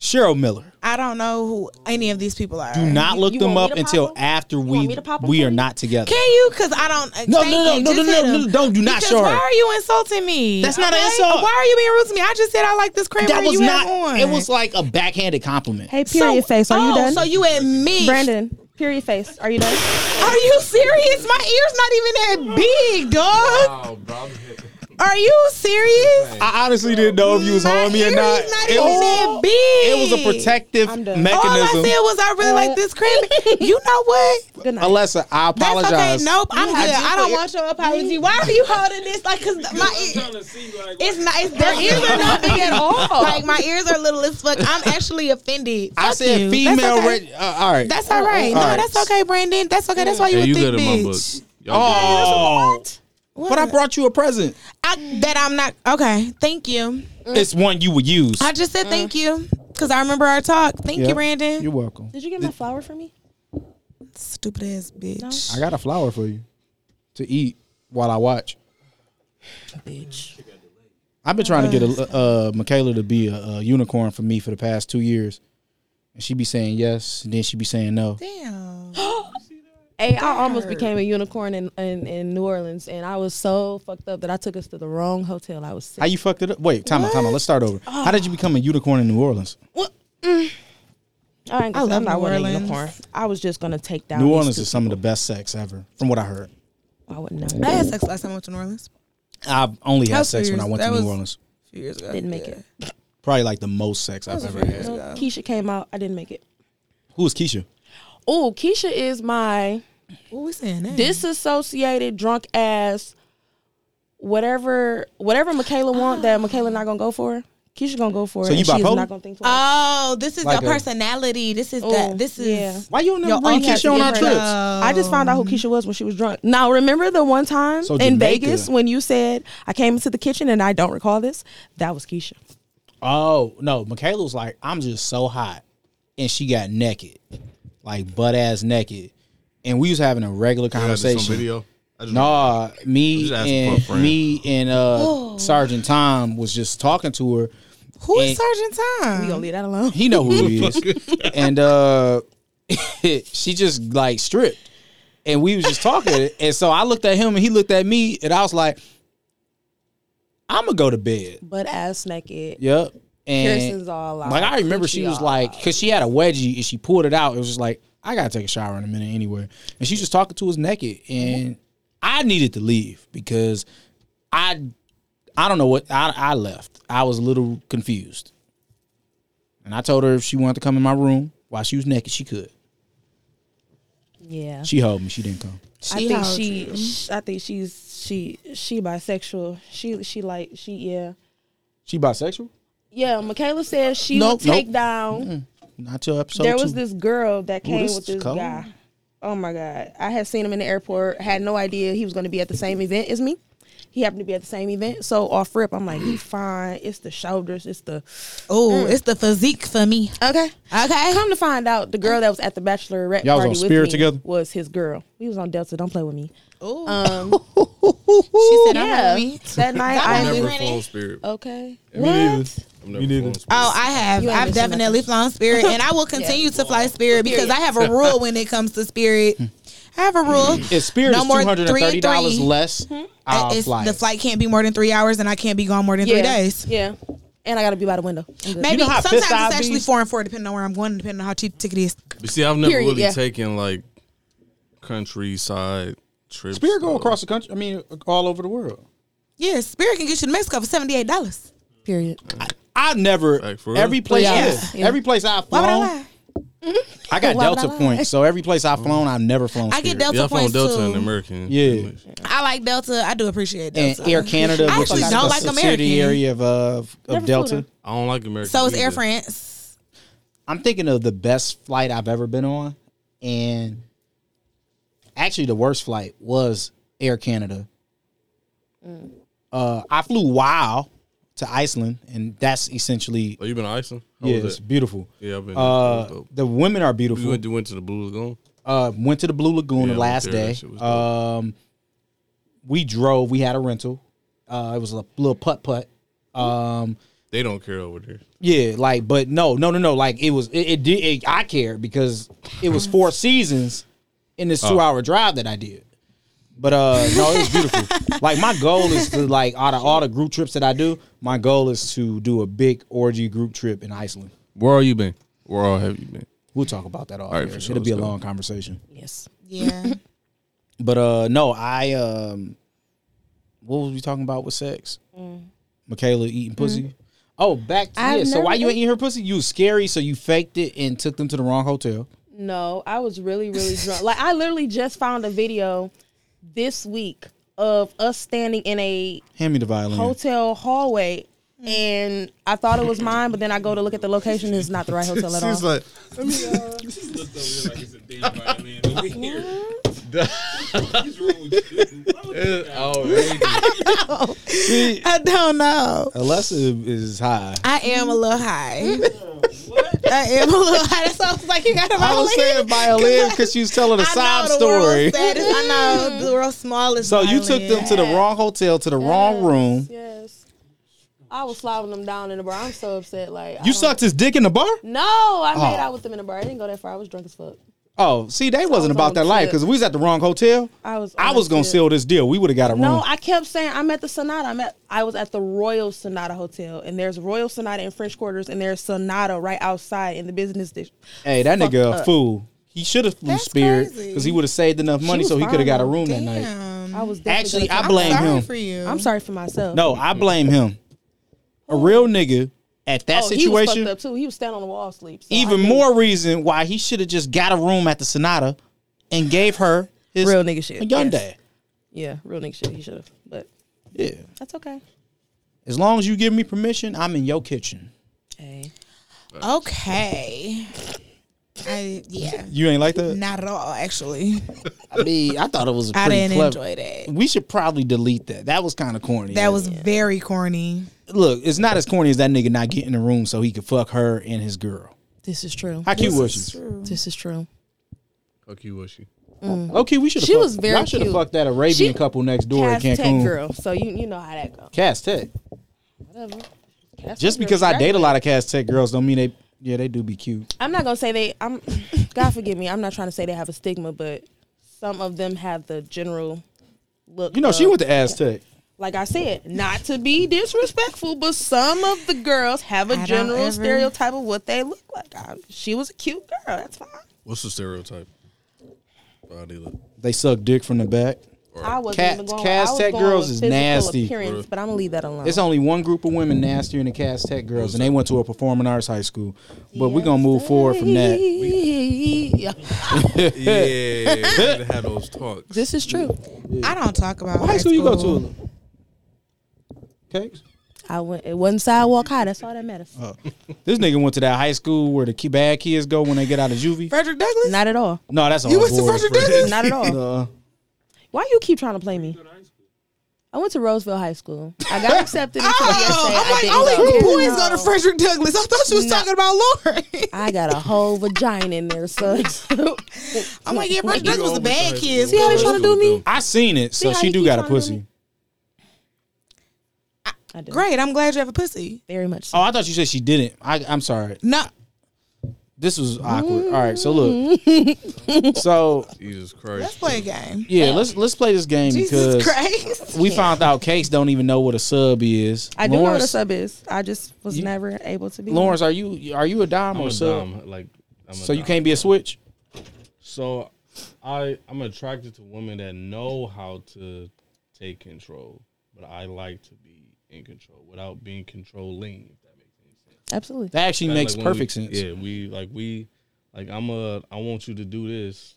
Cheryl Miller.
I don't know who any of these people are.
Do not
You-
look
you
them
want
up
me to pop
until
them?
after
want
we
me to pop them
we
for
are
you?
not together.
Can you? Because I don't. uh,
No,
thank
no, no,
you.
no, no,
Just hit
no, no,
him.
don't. Do not
Because
show
Why
her.
are you insulting me?
That's not an
Okay?
insult.
Why are you being rude to me? I just said I like this cranberry
That was
you
not.
have on.
It was like a backhanded compliment.
Hey, period face. Are
oh,
you done,
So you admit,
Brandon? Period face. Are you done?
Are you serious? My ear's not even that big, dog.
Oh, bro, I'm-
Are you serious?
I honestly didn't know if you was
My
homie or
ear's
not.
not
it,
even
was,
that big.
it was a protective
I'm done.
mechanism.
All I said was I really like this cranberry. You know what?
Good night.
Alyssa, I
That's
apologize.
okay. Nope, I'm good.
just
I don't
put-
want your apology. Why are you holding this? Like, cause my e- ear- it's not. It's, their ears are not big at all. Like my ears are little as fuck. I'm actually offended.
I
Fuck
said
you.
female.
That's okay.
Re- uh, all right.
That's all right. No,
All right.
that's okay, Brandon. That's okay. That's why you
Hey,
a
you
thick
good in my book.
bitch.
Y'all
oh, but I brought you a present.
I, that I'm not okay. Thank you.
Mm.
It's one you would use.
I just said thank you because I remember our talk. Thank you,
Yep.
Brandon.
You're welcome.
Did you get my flower for me?
Stupid ass bitch.
I got a flower for you to eat while I watch.
Bitch.
I've been trying to get a, uh, Michaela to be a, a unicorn for me for the past two years, and she be saying yes, and then she be saying no.
Damn.
Hey, I almost became a unicorn in, in, in New Orleans, and I was so fucked up that I took us to the wrong hotel. I was sick.
How you fucked it up? Wait, time out, time out. Let's start over. How did you become a unicorn in New Orleans?
I,
I
ain't gonna say- I'm
love
not
New
wearing a
Orleans.
unicorn. I was just gonna take down
New
these
Orleans
two
is some of the best sex ever, from what I heard.
people. I wouldn't know.
I had sex last time I went to New Orleans.
I've only had
That's
sex when
serious.
I went
That
to
was-
New Orleans.
A few years ago.
Didn't make it.
Probably like the most sex I've ever had.
Keisha came out. I didn't make it.
Who is Keisha?
Oh, Keisha is my
What we saying? That?
disassociated drunk ass. Whatever, whatever Michaela want that Michaela not gonna go for. Keisha gonna go for
So
it.
you
and she is
bipolar?
not gonna think twice.
Oh, this is
Like
your
a-
personality. This is
Oh,
the. This is. oh.
yeah.
Why you
Your
never bring
unhappy-
Keisha on our trips?
I just found out who Keisha was when she was drunk. Now remember the one time
So
in
Jamaica-
Vegas when you said I came into the kitchen and I don't recall this. That was Keisha.
Oh no, Michaela was like, I'm just so hot, and she got naked, like butt ass naked, and we was having a regular
got this on
conversation.
video. I just-
Nah, me
Just ask for a
and
friend.
me and uh, Sergeant Tom was just talking to her.
Who is
And-
Sergeant
We gonna
Tom?
leave that alone.
He know who he is, and uh, she just like stripped, and we was just talking. and so I looked at him, and he looked at me, and I was like, "I'm gonna go to bed."
Butt ass naked.
Yep. And
Piercings all out.
Like I remember
Coochie
she was
all
like, because she had a wedgie and she pulled it out. It was just like, I gotta take a shower in a minute anyway. And she just talking to us naked, and I needed to leave because I, I don't know what I, I left. I was a little confused, and I told her if she wanted to come in my room while she was naked, she could.
Yeah.
She held me. She didn't come.
She
I think
holds
she, sh I think she's she she bisexual. She she like she yeah.
She bisexual?
Yeah, Michaela said she
Nope,
would take
nope.
down
Not till episode
there
two.
was this girl that came
this
with
is
this
cold.
guy. Oh my god! I had seen him in the airport. Had no idea he was going to be at the same event as me. He happened to be at the same event. So off rip, I'm like, he fine. It's the shoulders. It's the
Oh, it's the physique for me.
okay.
Okay.
Come to find out, the girl that was at the bachelorette
Y'all was
party
on
with
Spirit
me
together?
was his girl. We was on Delta. Don't play with me.
Ooh.
Um,
she said, "I'm
yeah,
me."
that night I
was-
never
Granny.
phone spirit.
Oh. okay.
I'm never phone spirit.
Oh, I have.
You ain't
I've
been to
definitely flown Spirit, and I will continue to fly Spirit because I have a rule when it comes to Spirit. I have a rule.
If Spirit
No
is
more
two
than
hundred and thirty dollars
three.
less,
I-
I'll
it's-
fly.
the
it.
flight can't be more than three hours, and I can't be gone more than
Yeah,
three days.
yeah. And I got to be by the window. I'm good.
Maybe
know how
sometimes
pissed
it's
I'd be?
actually four and four, depending on where I'm going, depending on how cheap the ticket is.
But see, I've never
Period,
really
yeah.
taken like countryside trips.
Spirit go
though.
across the country. I mean, all over the world.
Yeah, Spirit can get you to Mexico for seventy eight dollars.
Period.
I never
Like, for real?
every place
Well, yeah.
yeah,
Yeah.
every place I've
Why would I
flown.
lie?
I, got
Why would
Delta
I lie?
points, so every place I've flown, I've never flown.
I get
Spirit.
Delta
Yeah, I phone
points
Delta and
too.
American.
Yeah.
I like Delta. I do appreciate
and
Delta.
Air Canada,
I
which
actually
is
don't
a
like
subsidiary of uh, of
Never flew
Delta.
them.
I don't like American.
so it's Air
either.
France.
I'm thinking of the best flight I've ever been on, and actually the worst flight was Air Canada.
Mm.
Uh, I flew WOW to Iceland, and that's essentially
Oh, you been to Iceland? How
yeah,
was
it's
that?
beautiful.
Yeah, I've been.
Uh,
Uh,
the women are
we
beautiful.
went to went to the Blue Lagoon.
uh, went to the Blue Lagoon the
Yeah, I
last
went there. That
day.
shit was dope.
Um, we drove. We had a rental. Uh, it was a little putt putt. Um,
They don't care over there.
yeah, like, but no, no, no, no. Like it was. It, it did. It, I cared because it was four seasons in this
Oh.
two hour drive that I did. But uh, no, it was beautiful. like my goal is to like out of all the group trips that I do, my goal is to do a big orgy group trip in Iceland.
Where are you been? Where all have you been?
We'll talk about that all.
right,
here.
for sure,
It'll be a
let's go.
long conversation.
Yes.
Yeah.
But uh no, I um what was we talking about with sex? Michaela eating pussy. Oh, back to
I've
yeah. So why
never
you ain't eating her pussy? You was scary, so you faked it and took them to the wrong hotel.
No, I was really, really drunk. Like I literally just found a video this week of us standing in a
Hand me the violin.
hotel hallway. And I thought it was mine, but then I go to look at the location. It's not the right hotel at all.
She's like,
I don't know.
Alessa is high.
I am a little high. I am a little high. That's why I was like, you got a
I was saying
violin.
violin because she was telling a sob
the
story.
World's saddest, I know the world's smallest.
So you took
violin.
them to the wrong hotel, to the wrong room.
Yes. I was slobbing them down in the bar. I'm so upset. Like I
You
don't-
sucked his dick in the bar?
No, I made
Oh.
out with them in the bar. I didn't go that far. I was drunk as fuck.
Oh, see, they wasn't
was on
about that life
tip.
because we was at the wrong hotel.
I was.
I was
on
gonna
tip.
seal this deal. We would have got a room.
No, I kept saying I'm at the Sonata. I'm at. I was at the Royal Sonata Hotel, and there's Royal Sonata in French Quarters, and there's Sonata right outside in the business district.
hey, that
fucked
nigga a
up.
fool. He should have flew
That's
Spirit
crazy.
because he would have saved enough money
was
so he
fine,
could have got a
though.
room that night.
Damn.
I was
Actually,
definitely gonna
I
fuck.
blame
I'm sorry
him.
for you.
I'm sorry for myself.
No, I blame him. A real nigga at that
Oh, he was fucked
situation,
up too. He was standing on the wall asleep. so I
even
think-
more reason why he should have just got a room at the Sonata and gave her his
real nigga shit.
young
Yes.
dad.
Yeah, real nigga shit. He should have, but
Yeah.
that's okay.
As long as you give me permission, I'm in your kitchen.
Hey,
Okay. I, yeah.
You ain't like that?
Not at all, actually.
I mean, I thought it was
I
pretty
didn't
clever.
enjoy that.
We should probably delete that. That was kind of corny. eh?
That was very corny.
look. It's not as corny as that nigga not getting the room so he could fuck her and his girl.
this is true.
How cute was she?
This is true.
fuck you, was she?
Okay, we should.
She was very
I should have
cute.
fucked that Arabian
She-
couple next door in
Cast tech
Cancun.
girl. So you you know how that goes.
Cast Tech.
Whatever. Cast
Just
tech girl.
because I
That-
date a lot of Cast Tech girls don't mean they. Yeah, they do be cute.
I'm not gonna say they. I'm. God forgive me. I'm not trying to say they have a stigma, but some of them have the general look.
You know, she
of-
went to Aztec.
Like I said, not to be disrespectful, but some of the girls have a
I don't
general
ever-
stereotype of what they look like. I, she was a cute girl. That's fine.
What's the stereotype? Body look.
They suck dick from the back.
I wasn't
Cat-
even going.
Cast
I was
Tech
going
girls
with
is
physical
nasty.
Appearance, but I'm gonna leave that alone.
It's only one group of women nastier than the Cast Tech girls, and they went to a performing arts high school. But we're gonna move forward from that.
Yeah.
Yeah, we gotta have those talks.
This is true.
I don't talk about
What high school you go to? Cakes.
I went. It wasn't sidewalk high. That's all that matters.
Oh.
This nigga went to that high school where the ki- bad kids go when they get out of juvie.
Frederick Douglass?
Not at all.
No, that's a
you
whole
went to
board.
Frederick Douglass?
Not at all.
Uh,
Why you keep trying to play me? I went to Roseville High School. I got accepted into the
Oh,
BSA.
I'm
I
like,
didn't
only
go.
good boys go to Frederick Douglass. I thought she was talking about Lauren.
I got a whole vagina in there, son.
I'm like, yeah, Frederick
You
Douglass was a
always
bad
try
kid.
go
See how they
they
to
try
tryna
to
do
school,
me?
though.
I seen it, so
how
she
he
do
keep
got a
trying to
pussy.
do I do.
Great, I'm glad you have a pussy.
Very much so.
Oh, I thought you said she didn't. I, I'm sorry.
No,
This was awkward. All right, so look. So
Jesus Christ.
let's play a game.
yeah, let's let's play this game
Jesus
because
Christ.
we found out Cakes don't even know what a sub is.
I do know what a
Lawrence-
sub is. I just was never able to be. one.
Lawrence, are you are you a dime
I'm
or
a
a sub?
dom, Like, I'm a
So you
dom.
can't be a switch.
So I I'm attracted to women that know how to take control, but I like to be in control without being controlling. If that makes any sense.
Absolutely.
That actually
Like,
makes
when
perfect
we-
sense.
Yeah, we like we like I'm a I want you to do this.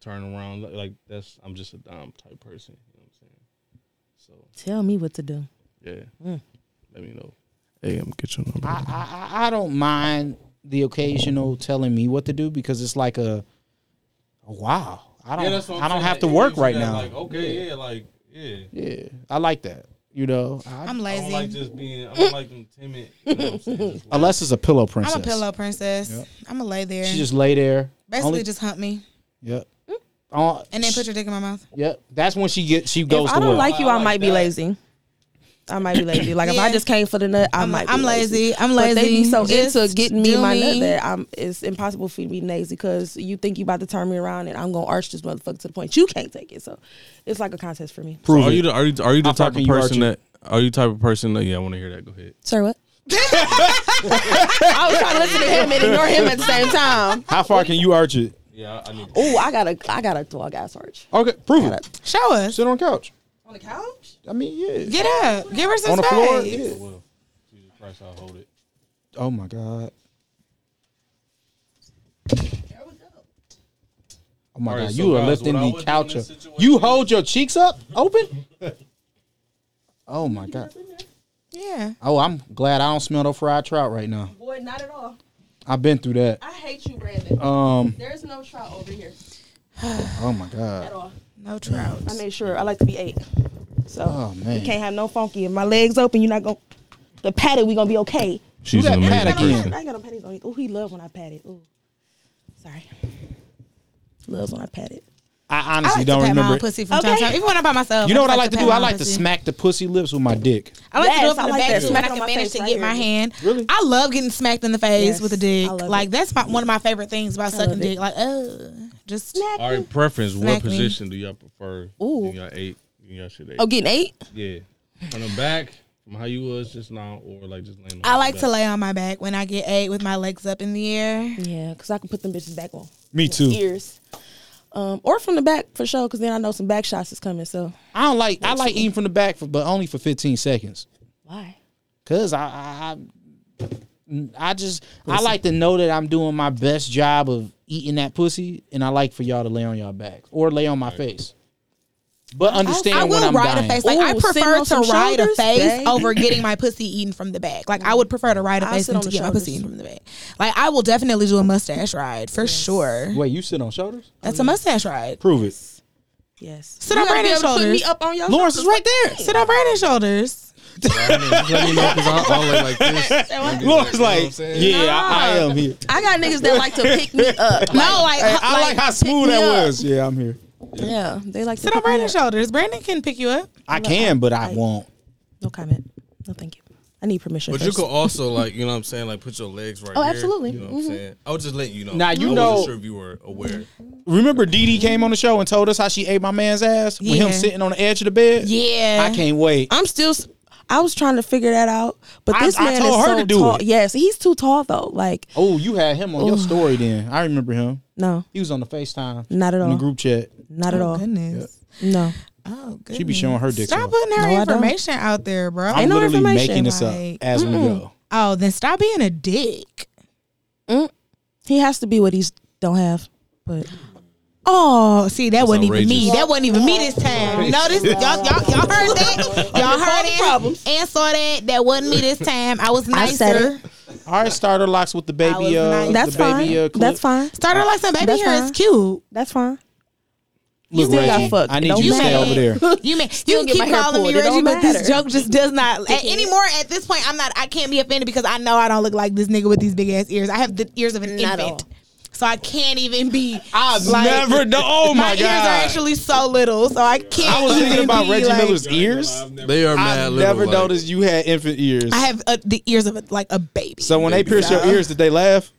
Turn around li- like that's I'm just a dom type person. You know what
Tell me what to do.
I'm saying? So yeah, let me know. Hey, I'm get your number.
Hmm. I, I I don't mind the occasional telling me what to do because it's like a wow. I don't I don't have to work right now.
okay, yeah, like oh. yeah.
yeah, I like that. You know, I,
I'm
I don't
lazy.
like just being. I don't like them timid. You know what I'm saying? Just
unless it's a pillow princess.
I'm a pillow princess. I'm gonna lay there.
She just lay there.
Basically,
Only-
just hump me
yep. Oh,
and then put your dick in my mouth.
yep. That's when she gets. She goes
if I
to
don't
work.
like you, I,
I like
might be
that.
lazy. I might be lazy. Like if I
Yeah.
just came for the nut, I
I'm,
might. Be
I'm lazy. I'm lazy.
But they be so
Just
into getting me
do
my nut that I'm, it's impossible for you to be lazy because you think you about to turn me around and I'm gonna arch this motherfucker to the point you can't take it. So it's like a contest for me.
Prove
are
it.
you the are you are you the
I'm
type
talking
of
you,
person
Archie.
that are you type of person that yeah I want to hear that go ahead
Sir, what? I was trying to listen to him and ignore him at the same time.
How far can you arch it?
yeah I, I need
Oh, I got a, I got a dog ass arch.
Okay, prove it.
Show us.
Sit on the couch.
On the couch?
I mean, yeah.
Get up. Give her some
On the
space.
floor. Yeah.
Well, Jesus Christ, I'll hold it.
Oh my god. Oh my
All right,
god,
so
you are
guys,
lifting
what I
the
would do
couch
in
up.
this situation-
You hold your cheeks up open? oh my god.
Yeah.
Oh, I'm glad I don't smell no fried trout right now.
Boy, not at all.
I've been through that.
I hate you, Brandon.
Um,
There's no trout over here
oh my
at
god.
all.
No trout.
I made sure. I like to be eight. So
Oh, man.
you can't have no funky. If my legs open, you're not going to. The patted, we going to be okay.
She's
that
an amazing
paddock
Hmm.
person.
I ain't got no panties on. Oh, he loves when I pat it. Ooh. Sorry. Loves when I pat it.
I
I
honestly
like
don't
to pat my
remember.
own
it.
pussy from time to
Okay.
time. Even when I'm by myself.
You know what I
just
like to
pat
do?
my
I
own
like to
pussy.
smack the pussy lips with my dick.
I like to do
Yes,
it from
I
the
like
back
that
so
smack
I
on
can
my
manage
face
to
right
get
here.
my hand.
Really?
I love getting smacked in the face
Yes,
with a dick.
I love
Like
it.
that's my, one of my favorite things about sucking
it.
dick. Like, oh, just
All right, preference.
Smack
What
me.
position do y'all prefer?
Ooh.
When y'all eight. When y'all should eight.
Oh, getting eight?
Yeah. From the back, from how you was just now, or like just laying. on
I
your
like
back.
to lay on my back when I get eight with my legs up in the air.
Yeah, because I can put them bitches back on.
Me too.
Ears. Um, or from the back for sure, because then I know some back shots is coming. So
I don't like. I like eating from the back, for, but only for 15 seconds.
why?
Cause I, I, I I just I like to know that I'm doing my best job of eating that pussy, and I like for y'all to lay on y'all back or lay on my face. But understand
I
when
will
I'm
ride
dying.
a face. Like I
Ooh, sitting
prefer
on some
to ride a
shoulders,
face
babe.
over getting my pussy eaten from the back. Like I would prefer to ride a
I'll
face
sit
than
on
to
the
get my pussy
shoulders.
eaten from the back. Like I will definitely do a mustache ride for sure.
Wait, you sit on shoulders?
That's a mustache ride.
Prove it.
Yes.
Sit on Brandon's
Mm. You gotta be able to Put
shoulders.
me up on your
Lawrence is right there.
Sit on Brandon's shoulders.
I mean, just let me know because I I'll lay like this.
Lawrence like, yeah, I, I am here.
I got niggas that like to pick me up.
No, like,
Hey, I like, how smooth
me
that
up.
was. Yeah, I'm here.
yeah, they like to
Sit on
pick me
Brandon's
up.
shoulders. Brandon can pick you up.
I can, but I
Like-
won't.
No comment. No, thank you. I need permission.
But you
first.
could also like, you know what I'm saying, like put your legs right
Oh,
here,
absolutely.
You know what
Mm-hmm.
I'm saying? I was just letting you know.
Now, you
I
know-
wasn't sure if you were aware.
Remember, Dee Dee came on the show and told us how she ate my man's ass with him
Yeah.
sitting on the edge of the bed.
Yeah.
I can't wait.
I'm still. s- I was trying to figure that out, but
I-
this
I
man
told
is
her
so
to do
tall.
it.
Yes, he's too tall though. Like
Oh, you had him on your story then. I remember him.
no,
He was on the FaceTime.
Not at
In the
all.
group chat.
not at all.
Oh, Goodness.
No,
Oh, goodness.
She be showing her dick.
Stop
off.
putting her
No, I don't.
information out there, bro.
I'm
no
literally
information,
making this
like-
up as we go.
oh, then stop being a dick.
he has to be what he's don't have. But
Oh, see, that wasn't even me.
outrageous.
That wasn't even me this time. You know this? Y'all, y'all, y'all heard that? Y'all heard it? And saw that? That wasn't me this time. I was
I
nicer.
said it.
All right, starter locks with the
I
baby.
was
Uh,
nice.
the
That's fine.
baby, uh, clip.
That's fine.
Started like some baby
That's
hair is
fine.
cute.
That's fine.
Look,
still got
Reggie,
fucked.
I
It
need
don't
you to stay
matter.
over there.
You may you
Still
can
get my
keep
hair
calling me
pulled. It
Reggie,
don't
but this
matter.
joke just does not at anymore. At this point, I'm not. I can't be offended because I know I don't look like this nigga with these big ass ears. I have the ears of an
Not at
infant, so I can't even be.
I've
like-
never done. Oh
my
my,
ears are
god!
actually so little, so I can't.
I was thinking
even
about
be,
Reggie
like-
Miller's ears.
They are mad
I
little.
never
like,
noticed you had infant ears.
I have uh, the ears of a, like a baby.
so when they pierce your ears, did they laugh?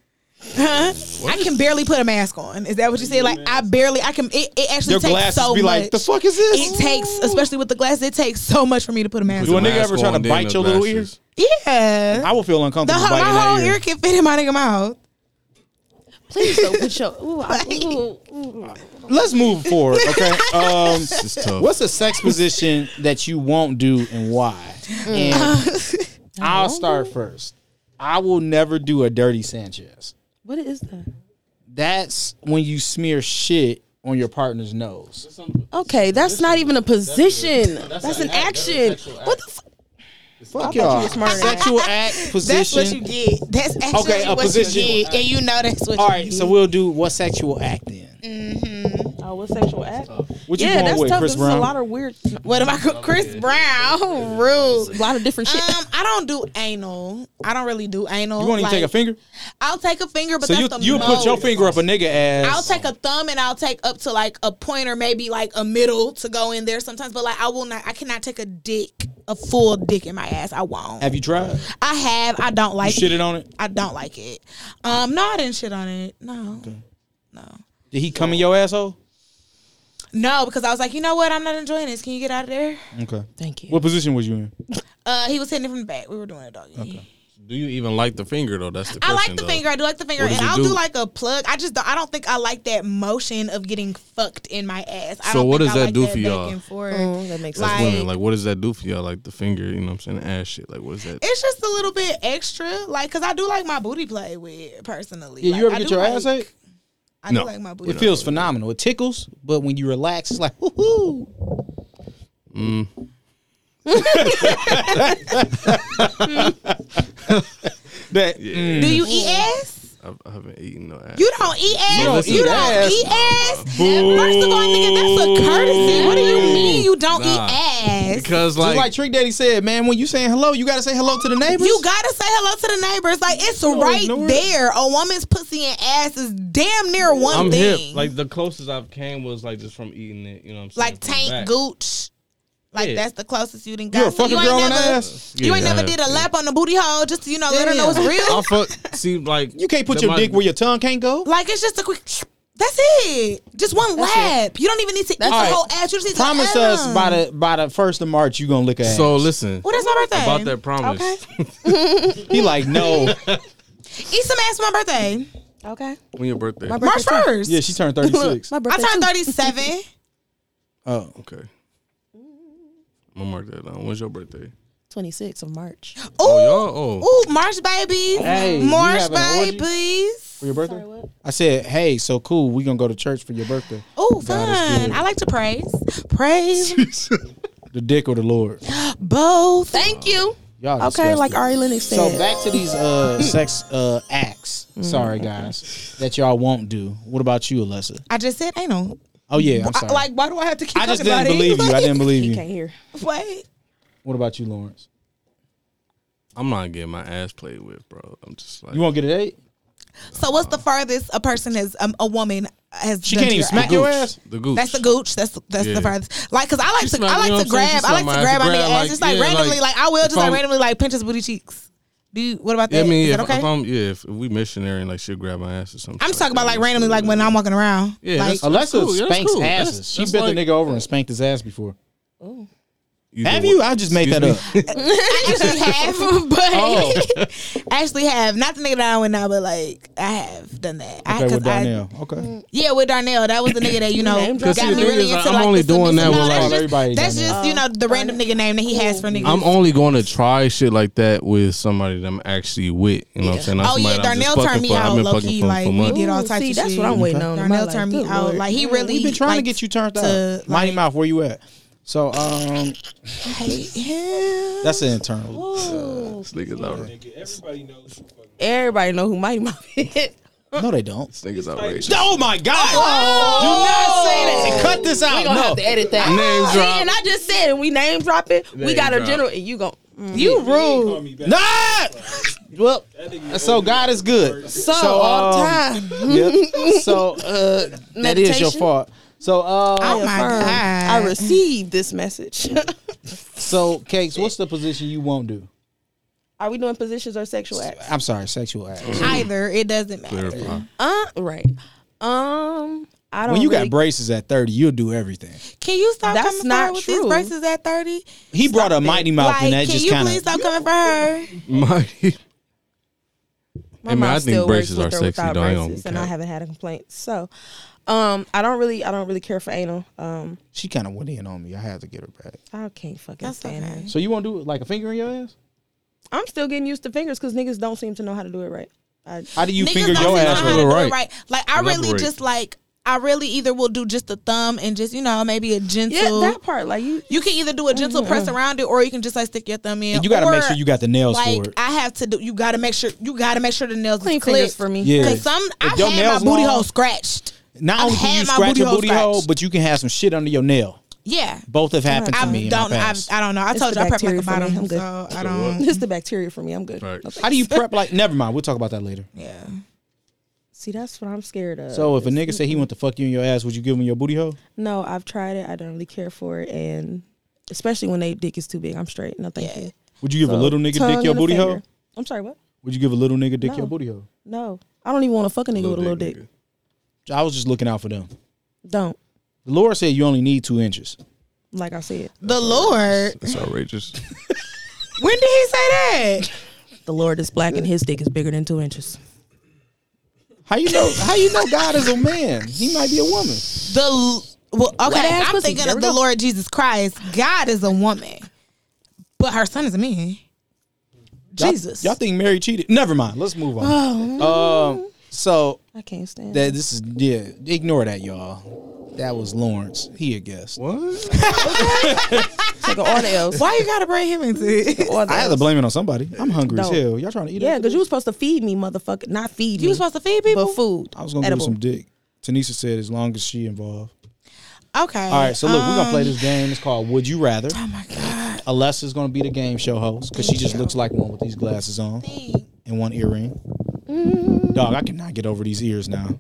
Huh? I can barely put a mask on. Is that what you said? Like I barely. I can. It, it actually
Your
takes
glasses
so
be
much.
like, "The fuck is this?"
it takes, especially with the glasses, it takes so much for me to put a mask
Do a
on.
the
nigga ever
mask
try to
on, then
bite
the
your little
glasses.
ears?
Yeah.
I will feel
The
uncomfortable
whole,
biting
my whole
that
ear
ear.
can fit in my nigga mouth.
Please don't put your. Ooh, I, ooh,
Let's move forward, okay? Um,
It's tough.
what's a sex position that you won't do and why? And
Mm.
I'll start first. I will never do a dirty Sanchez.
What is that?
That's when you smear shit on your partner's nose.
Okay, that's not even a position. That's, an action. What the fuck?
Fuck y'all.
smarter than that.
Sexual act position.
That's what you get. That's actually
Okay, a
what
position.
you get, and you know that's what.
All
you
right,
get.
so we'll do what sexual act
Mm.
then?
Oh, what sexual act?
What you
Yeah,
going
that's
with,
tough.
Chris
There's
Brown?
a lot of weird, a
what am I? co- Chris Brown, rude.
lot of different
Uh,
shit.
Um, I don't do anal. I don't really do anal.
you won't even take a finger?
I'll take a finger, but
So
that's
you
the
you put your
most.
finger up a nigga ass.
I'll take a thumb and I'll take up to like a point or maybe like a middle to go in there sometimes. But like I will not, I cannot take a dick, a full dick in my ass. I won't.
Have you tried?
I have. I don't like
Shitted
it.
on it?
I don't like it. Um, no, I didn't shit on it. No, no,
Did he come in your asshole?
no, because I was like, you know what? I'm not enjoying this. Can you get out of there?
Okay.
Thank you.
What position was you in?
Uh, he was hitting it from the back. We were doing a doggy.
Do you even like the finger though? That's the
I
question.
like the
though.
finger. I do like the finger,
What
and
does it
I'll do?
do?
like a plug. I just don't, I don't think I like that motion of getting fucked in my ass. I
So
don't
what
think
does
I
that
like
do for
back
y'all?
and forth.
Mm, that makes
Like-
That's women. Like, what does that do for y'all? Like the finger, you know what I'm saying? The ass shit. Like, what is that?
It's just a little bit extra, like because I do like my booty play with personally.
Yeah,
like,
you ever
I
get
do
your
like,
ass ate?
I do
No.
like my booty.
It feels phenomenal. It tickles, but when you relax, it's like woohoo. that mm.
Do you eat ass?
I, I haven't eaten no ass.
You don't eat ass. You
don't
don't,
eat
eat
ass.
ass. First of all, nigga, that's a courtesy. What do you mean you don't
Nah.
eat ass?
because
Just
like,
like Trick Daddy said, man, when you saying hello, you gotta say hello to the neighbors.
You gotta say hello to the neighbors. Like it's right
ignore it.
there. A woman's pussy and ass is damn near one
I'm
thing.
hip. Like the closest I've came was like just from eating it. You know what I'm saying?
Like
from
tank
back.
gooch. Like
Yeah.
that's the closest you done got.
You a
So
fucking
ain't
girl on
never,
ass.
You ain't
Yeah,
never
I
did a
have.
lap on the booty hole just to, you know, let her know it's real.
I fuck. See, like
You can't put
that
your
my-
dick where your tongue can't go.
like it's just a quick that's it. Just one lap. You don't even need to eat
All
the
right.
whole ass. You just need
Promise
to
us by the by the first of March you gonna lick a ass.
So listen
Well, that's my birthday.
about that promise.
he like no.
Eat some ass for my birthday.
Okay.
When your birthday?
My
March
birthday too.
first.
yeah, she turned thirty six.
My
I
birthday
turned
too.
thirty seven.
Oh,
okay. I'm gonna mark that down. When's your birthday?
26th of March.
Oh,
Ooh,
y'all. Oh,
Ooh, March babies.
Hey, we
March
having an orgy?
babies.
for your birthday? I said, hey, so cool. We gonna go to church for your birthday.
Ooh,
God is
fun.
good.
I like to praise. Praise
The dick or the Lord.
both. Thank you.
Y'all
Okay,
disgusting.
like Ari Lennox said.
So back to these uh sex uh acts. Sorry guys, that y'all won't do. What about you, Alessa?
I just said anal.
Oh yeah, I'm
I-
sorry.
like, why do I have to keep
I just
talking
didn't
about
believe
it?
you. I didn't believe
he
you.
can't hear.
Wait.
What about you, Lawrence?
I'm not getting my ass played with, bro. I'm just like
You won't get a date?
So what's the farthest a person has, um, a woman has
She
done
can't
to
even
your
smack
ass?
your ass.
the gooch.
That's the gooch. That's that's
Yeah.
the farthest. Like, cause I like
She
to
smack-
I
you know
like
what
to
I'm saying? She
grab. I like
smack
to
my ass,
grab my
grab,
nigga ass.
like,
Just like
yeah,
randomly.
like,
Like, I will
if
just like
I'm-
randomly like pinch his booty cheeks. Do you? What about that?
Yeah, I mean,
Is
if,
that okay?
if I'm yeah, if we missionary and like she'll grab my ass or something.
I'm just talking about like randomly,
that.
like when I'm walking around.
Yeah,
like,
that's-
Alessa
cool. Yeah, that's
spanks
cool.
asses.
That's-
she
that's
bent
like-
the nigga over and spanked his ass before.
You
Have
do
you?
what?
I just made
Excuse
that
me?
up.
I actually have, but
Oh.
actually have not the nigga that I went now, but like I have done that. I,
Okay,
'cause
with
I-
Darnell. Okay.
yeah, with Darnell, that was the nigga that you know
Name drop.
got
Cause see,
me
the thing
really
is,
into
I'm
like
only
the submissive-
doing that
no,
with,
that's
like-
Everybody
just, that's
Darnell.
just you know the random nigga name that he has for niggas.
I'm only going to try shit like that with somebody that I'm actually with. You know what I'm saying? Not
Oh yeah,
somebody I'm
Darnell
just fucking
turned me
for-
out
I've been
low
fucking
key.
for-
Like
for
we
months.
did all
Ooh,
types
see,
of
that's
shit.
what I'm waiting on. in my
Darnell
life.
turned me
Good
out.
Lord.
Like he really
We've been trying to
like,
get you turned
to,
out. Mighty
like-
Mouth, where you at? So um
I hate him.
that's an internal.
This nigga's outrageous.
Everybody knows who fucking
Everybody know who Mighty Mouth is.
No, they don't.
This nigga's outrageous.
Oh my god! Do not say that. Cut this out.
We're going to
no.
have to edit that.
Name
See,
drop.
and I just said, and we name drop it. we
Name
got a
drop.
general. You go. Mm.
you
call
rude.
me back.
Nah! Well, so God is good. So, all time. So uh, that is your
Meditation?
fault. So
Oh
uh,
my
Affirm.
god.
I received this message.
so cakes. What's the position you won't do?
Are we doing positions or sexual acts?
I'm sorry, sexual acts.
Either it doesn't matter.
Clarify.
Uh, right. Um, I don't.
When you
really,
got braces at 30, you'll do everything.
Can you stop
That's
coming for
not
her with
true.
these braces at thirty?
He brought a mighty mouth,
Like,
and that
can
just
you
kind
please
of.
stop coming for her?
Mighty.
my
Hey, man,
mom
I think
still
braces
works
are
with or
sexy,
without
though. I ain't gonna
braces, and I
cap.
haven't had a complaint. So, um, I don't really, I don't really care for anal. Um,
She kind of went in on me. I had to get her back.
I can't fucking
That's
stand
okay.
it.
So you won't do like a finger in your ass?
I'm still getting used to fingers because niggas don't seem to know how to do it right. I,
How do you
Niggas
finger
don't
your
even know
ass?
how
with
to
a-
do it
Elaborate.
right. Like I really
Elaborate.
just like I really either will do just a thumb and just you know maybe a gentle.
yeah, that part, like you,
You can either do a gentle press around it, or you can just like stick your thumb in.
Mm-hmm. And you got to
or,
make sure you got the nails
like
for it.
I have to do. You got to make sure you got to make sure the nails
clean
is clipped.
fingers for me.
Yeah.
Cause some I've
your
had my
nails
booty
long-
hole scratched.
Not
I've
only can you
had my
scratch
booty
your
hole
booty hole,
scratched.
but you can have some shit under your nail.
Yeah.
Both have happened to
I
me. in my
don't. I,
past.
I don't know. I
It's
told
the
you I prep like
bacteria
a
for me.
bottom,
I'm good.
so I
So
don't.
it's the bacteria for me. I'm good.
Right.
Okay.
How do you prep like? Never mind. We'll talk about that later.
Yeah.
See, that's what I'm scared of.
So if a
is-
nigga say he want to fuck you in your ass, would you give him your booty hole?
no, I've tried it. I don't really care for it, and especially when they dick is too big, I'm straight. No, thank
Yeah.
you.
Would you give a
So,
little nigga
tongue
dick your
and a
booty
finger.
hole?
I'm sorry, what?
Would you give a little nigga dick your
No.
booty hole?
No, I don't even want to fuck a nigga with a little dick.
nigga.
I was just looking out for them.
Don't.
The Lord said you only need two inches.
Like I said,
The Lord.
It's outrageous.
When did he say that?
the
the Lord is black and his dick is bigger than two inches.
How you know? How you know God is a man? He might be a woman.
The l- well, okay,
Wet-ass
I'm
pussy.
thinking
There we
of the
go.
Lord Jesus Christ. God is a woman, but her son is a man.
Y'all-
Jesus.
Y'all think Mary cheated? Never mind. Let's move on.
Oh.
Um, so
I can't stand
that this is yeah. Ignore that, y'all. That was Lawrence. He a guest.
What?
Take all the L's.
Why you gotta bring him into it?
All the
I had to
L's.
blame it on somebody. I'm hungry as
Don't.
hell. Y'all trying to eat?
Yeah,
it?
because you were supposed to feed me, motherfucker. Not feed
You
me,
was supposed to feed
but
people.
food.
I was gonna
edible.
give him some dick. Tanisha said, as long as she involved.
Okay.
All right, so look, we're gonna play this game. It's called Would You Rather.
Oh my god.
Alessa's gonna be the game show host because she just looks like one with these glasses on and one earring. Dog, I cannot get over these ears now.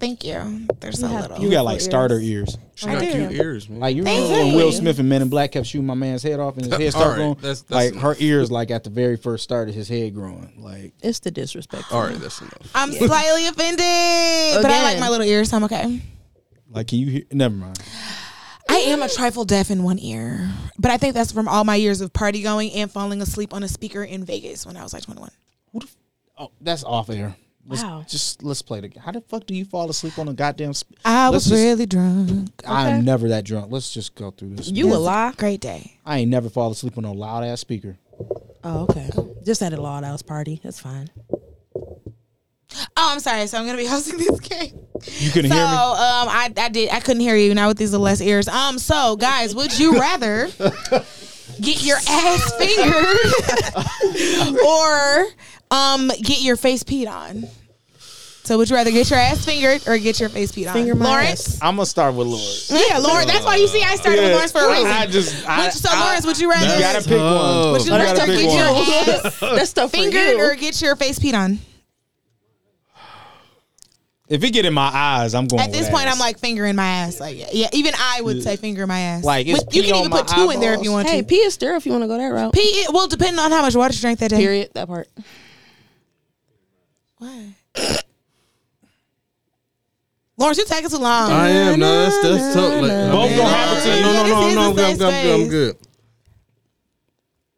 Thank you. They're so little.
You got like
ears.
starter ears.
She
I
got
do.
cute ears, man.
Like you remember when
Thank
Will
you.
Smith and Men in Black kept shooting my man's head off and his head
All
started
right,
growing?
that's- that's
like her
enough.
ears, like at the very first start of his head growing. Like
It's the disrespect.
All right, that's enough.
I'm slightly offended, but I like
Again.
my little ears. so I'm okay.
like can you hear never mind.
I am a trifle deaf in one ear, but I think that's from all my years of party going and falling asleep on a speaker in Vegas when I was like 21.
Oh, that's off air. Let's,
Wow.
Just let's play the game. How the fuck do you fall asleep on a goddamn sp-
I
Let's
was
just-
really drunk.
I'm never that drunk. Let's just go through this.
You a lie.
Great day.
I ain't never fall asleep on no loud ass speaker.
Oh, okay. Just at a law house party. That's fine.
Oh, I'm sorry. So I'm gonna be hosting this game.
You couldn't
So
hear me.
um, I I did I couldn't hear you now with these little less ears. Um, so guys, would you rather get your ass fingered or um get your face peed on? So would you rather get your ass fingered or get your face peed on?
Finger my
Lawrence.
I'm gonna start with Lawrence.
Yeah, Lawrence. That's why you see I started with Lawrence for a reason.
I just I,
Would- so
I-
Lawrence, would you
you
rather
gotta pick
Oh.
one.
would you
you gotta
rather
pick
get
one.
your ass
That's stuff for
fingered
you.
or get your face peed on?
If it get in my eyes, I'm going.
At this
with
point,
ass.
I'm like fingering my ass. Like, yeah, yeah, even I would say finger my ass.
Like, it's
With- you
pee
can
on
even
my
put two in there if you want
hey,
to.
pee is there if you want to go that route.
Pee. it- Well, depending on how much water you drank that day.
Period. That part.
What? Lawrence, you're taking too long.
I am. No, that's that's tough. Like,
Both gonna happen to you.
No, no, no,
This is the safe
no. I'm, I'm, I'm,
space.
I'm good.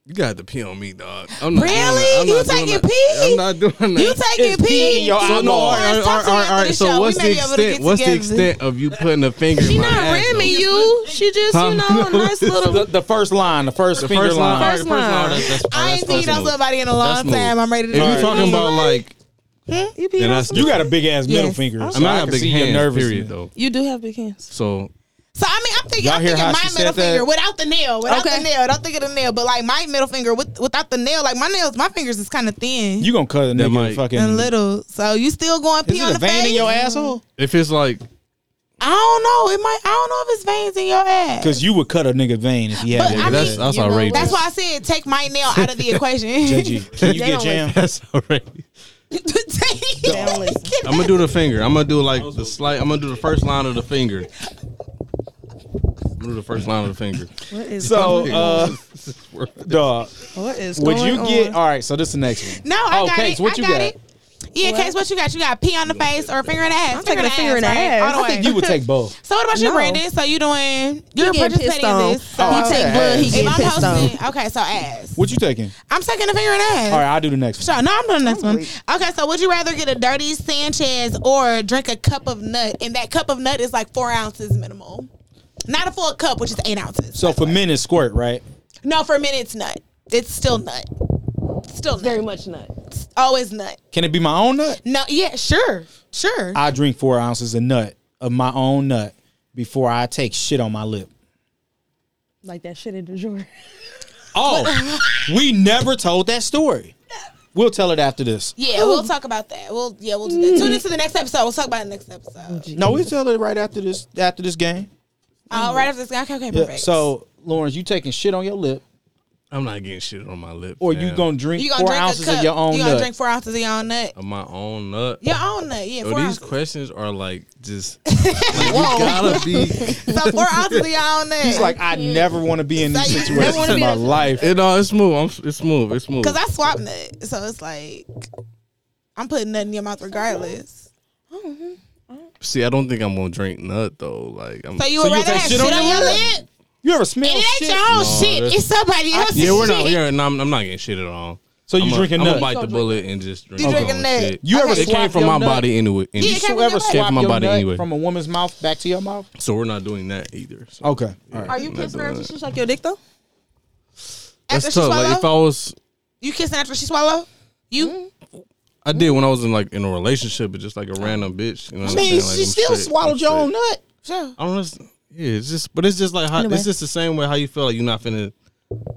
You got to pee on me, dog. I'm not doing that. I'm
Really? You
not doing
taking
that.
pee?
I'm not doing that.
you taking
It's pee
pee?
in your
so
eyeball.
no, all
Lawrence,
right, all
talk
right,
to me after
all right, all
the
right. So
show.
what's
We may
the
be able to
extent?
get
What's the
together.
extent of you putting a finger?
She
in my
not
ass,
rimming
though?
you. She just, you
Huh?
know, a nice
the,
little.
the first line, the first finger
First
line.
line, all right,
First
first line.
line.
That's, that's,
I ain't peed on
somebody.
somebody in a long
That's
time.
move.
I'm ready to.
If you're
go.
talking about like,
You pee
then
on
that's
some-
You got a big ass middle
Yes.
finger.
I'm
I'm
so I
not a
can
big
see your
hand.
nervousness.
Period though.
You do have big hands.
So
So I mean, I'm thinking,
Y'all
I'm
hear
thinking
how
my
she
middle
said that?
finger without the nail, without
Okay.
the nail. Don't think of the nail, but like my middle finger with, without the nail. Like my nails, my fingers is kind of thin
You gonna cut a
That
nigga
might-
fucking
and little. So you still going
Is
pee on
it a
the
vein
face?
in your asshole?
if it's like,
I don't know. It might. I don't know if it's veins in your ass.
Because you would cut a nigga vein if he had
But
it.
I
that's
mean,
that's
you know,
outrageous.
That's why I said take my nail out of the equation.
JG, can you
They
get
don't
jam?
That's outrageous.
Take-
I'm gonna do the finger. I'm gonna do like the slight. I'm gonna do the first line of the finger. I'm gonna do the first line of the finger.
What is,
So, uh, dog,
what is
would
going
you get?
on?
All right, so this is the next one.
No, I
Oh,
got
Case,
it.
what
I
you
got,
got?
it. Yeah, case what you got? You got pee on the face or finger in the ass? I'm
taking a finger in the ass.
All the
I
way.
think
You would take both.
so what about you,
No.
Brandon? So you doing? You're
getting
participating
pissed
in
on.
this. So
Oh,
he
okay.
take blood. He
if
get
I'm
pissed on.
hosting, okay, so ass.
What you taking?
I'm taking the finger in the ass.
All right, I'll do the next one.
So now I'm doing the
Oh,
next one. Okay, so would you rather get a dirty Sanchez or drink a cup of nut? And that cup of nut is like four ounces minimal. Not a full cup, which is eight ounces.
So for men, it's squirt, right?
No, for men it's nut. It's still nut. Still nut.
Very much nut.
It's always nut.
Can it be my own nut?
No, yeah, sure, sure.
I drink four ounces of nut of my own nut before I take shit on my lip.
Like that shit in the drawer.
Oh, we never told that story. We'll tell it after this.
yeah, we'll talk about that. We'll yeah, we'll do that. Tune into the next episode. We'll talk about it next episode.
No, we'll tell it right after this. After this game.
All Oh, right, after this. Okay, okay,
Yeah,
perfect.
So, Lawrence, you taking shit on your lip,
I'm not getting shit on my lip.
or you
fam.
gonna drink
you gonna
four
drink
ounces
a cup.
of your own
You gonna
nut?
drink four ounces of your own nut.
Of my own nut.
Your own nut, yeah.
Yo,
four
Oh, these
ounces.
questions are like just. like, you gotta be.
so four ounces of your own nut.
He's like, I never want to be in
So
these
you never
situations
wanna
in
be
my
in-
life.
It, no, it's smooth. I'm, s- it's smooth. It's smooth.
Cause I swap nut, so it's like I'm putting nut in your mouth regardless.
See, I don't think I'm gonna drink nut though. Like, I'm,
So you would
So you
rather
take
have
shit
shit
on
on
your
your lip?
You ever smell
It ain't
shit?
your own
No,
shit.
that's-
It's somebody else's
yeah, we're not.
shit.
Yeah, no, I'm, I'm not getting shit at all.
So you
I'm
drinking
a,
nuts?
I'm gonna bite the bullet and just drink.
You
alcohol
drinking that.
and shit.
You ever
It came
swap
from
your
my
nut?
body anyway. And
Yeah, it came
you ever
from
your
swap
nut.
your
Body
nut
anyway.
from a woman's mouth back to your mouth?
so we're not doing that either. So.
Okay. All right.
Are you kissing her after she suck your dick though?
That's
After she
tough. Like if I
swallow,
was,
you kissing after she swallow. You.
Hmm?
I did when I was in like in a relationship, but just like a random bitch. You know what
I
I'm
mean,
saying? Like,
she
I'm
still
straight, I'm
swallowed your
straight.
own nut.
Sure.
I don't understand. Yeah, it's just, but it's just like how it's just the same way how you feel like you're not finna